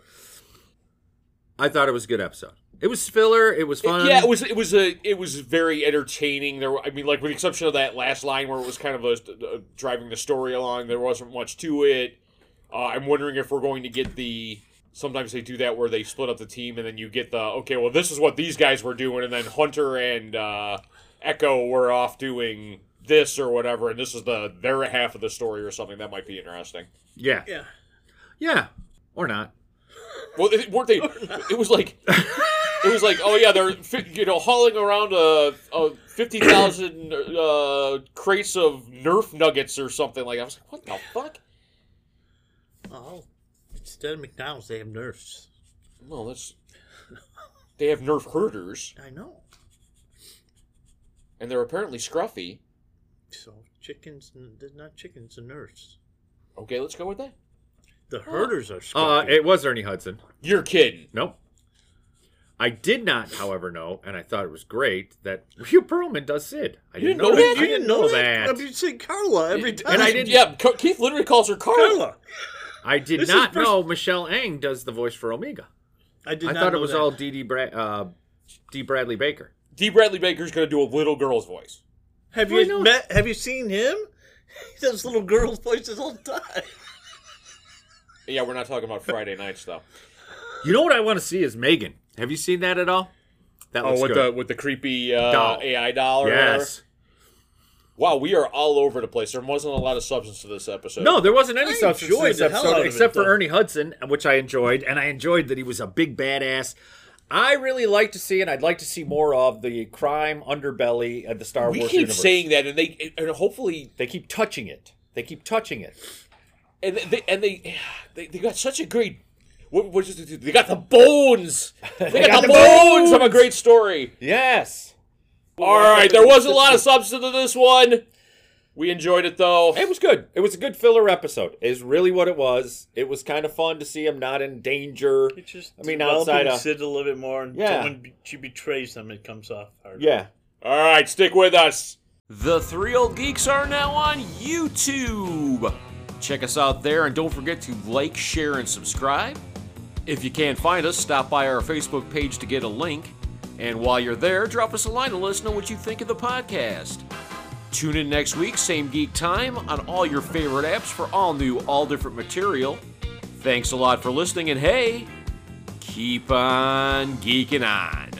C: I thought it was a good episode. It was filler. It was fun.
A: Yeah, it was it was a it was very entertaining. There, were- I mean, like with the exception of that last line where it was kind of a, uh, driving the story along, there wasn't much to it. Uh, I'm wondering if we're going to get the. Sometimes they do that where they split up the team and then you get the okay, well, this is what these guys were doing, and then Hunter and uh, Echo were off doing this or whatever, and this is the their half of the story or something. That might be interesting.
C: yeah,
B: yeah,
C: yeah, or not.
A: Well, it, weren't they? It was like, it was like, oh yeah, they're fi- you know hauling around a, a fifty thousand uh, crates of Nerf nuggets or something like. I was like, what the fuck?
B: oh, instead of McDonald's, they have Nerfs.
A: No, that's. They have Nerf herders,
B: I know.
A: and they're apparently scruffy.
B: So chickens, they're not chickens, they're Nerfs.
A: Okay, let's go with that.
B: The herders are.
C: Uh,
B: scruffy.
C: it was Ernie Hudson.
A: You're kidding.
C: Nope. I did not, however, know, and I thought it was great that Hugh Perlman does Sid. I
A: didn't know that?
C: I didn't know that.
B: i have been saying Carla every time.
C: And I didn't-
A: Yeah, Co- Keith literally calls her Carla.
B: Carla.
C: I did
B: This is
C: not
B: first-
C: know Michelle Ang does the voice for Omega.
B: I did
C: I
B: not
C: thought it
B: know
C: was
B: that.
C: all D. D. Bra- uh, D. Bradley Baker.
A: D. Bradley Baker's gonna do a little girl's voice.
B: Have
C: Why
B: you
C: not?
B: met? Have you seen him? He does little girls' voices all the time.
A: Yeah, we're not talking about Friday nights though.
C: You know what I want to see is Megan. Have you seen that at all? That
B: Oh,
C: looks good.
A: Oh, with the creepy uh,
C: Doll.
A: AI doll. or whatever?
C: yes.
A: Wow, we are all over the place. There wasn't a lot of substance to this episode.
C: No, there wasn't any
B: I
C: substance to
B: enjoyed
C: this
B: the hell out
C: episode
B: of it,
C: except for
B: though.
C: Ernie Hudson, which I enjoyed, and I enjoyed that he was a big badass. I really like to see, and I'd like to see more of the crime underbelly of the Star
A: we
C: Wars
A: keep
C: universe.
A: saying that, and they and hopefully
C: they keep touching it. They keep touching it.
A: and they and they they, they got such a great. What, what is it? They got the bones. They, got, the, bones of a great story.
C: Yes,
A: All right, there wasn't a lot of substance to this one. We enjoyed it though.
C: it was good. It was a good filler episode. Is really what it was. It was kind of fun to see him not in danger.
B: It's just
C: I mean,
B: developing
C: outside of
B: Sid a little bit more, and
C: Yeah.
B: so when be- she betrays them, it comes off hard.
C: yeah.
A: All right, stick with us. The Three Old Geeks are now on YouTube. Check us out there and don't forget to like, share, and subscribe. If you can't find us, stop by our Facebook page to get a link. And while you're there, drop us a line and let us know what you think of the podcast. Tune in next week, same geek time, on all your favorite apps for all new, all different material. Thanks a lot for listening, and hey, keep, Keep on geeking on.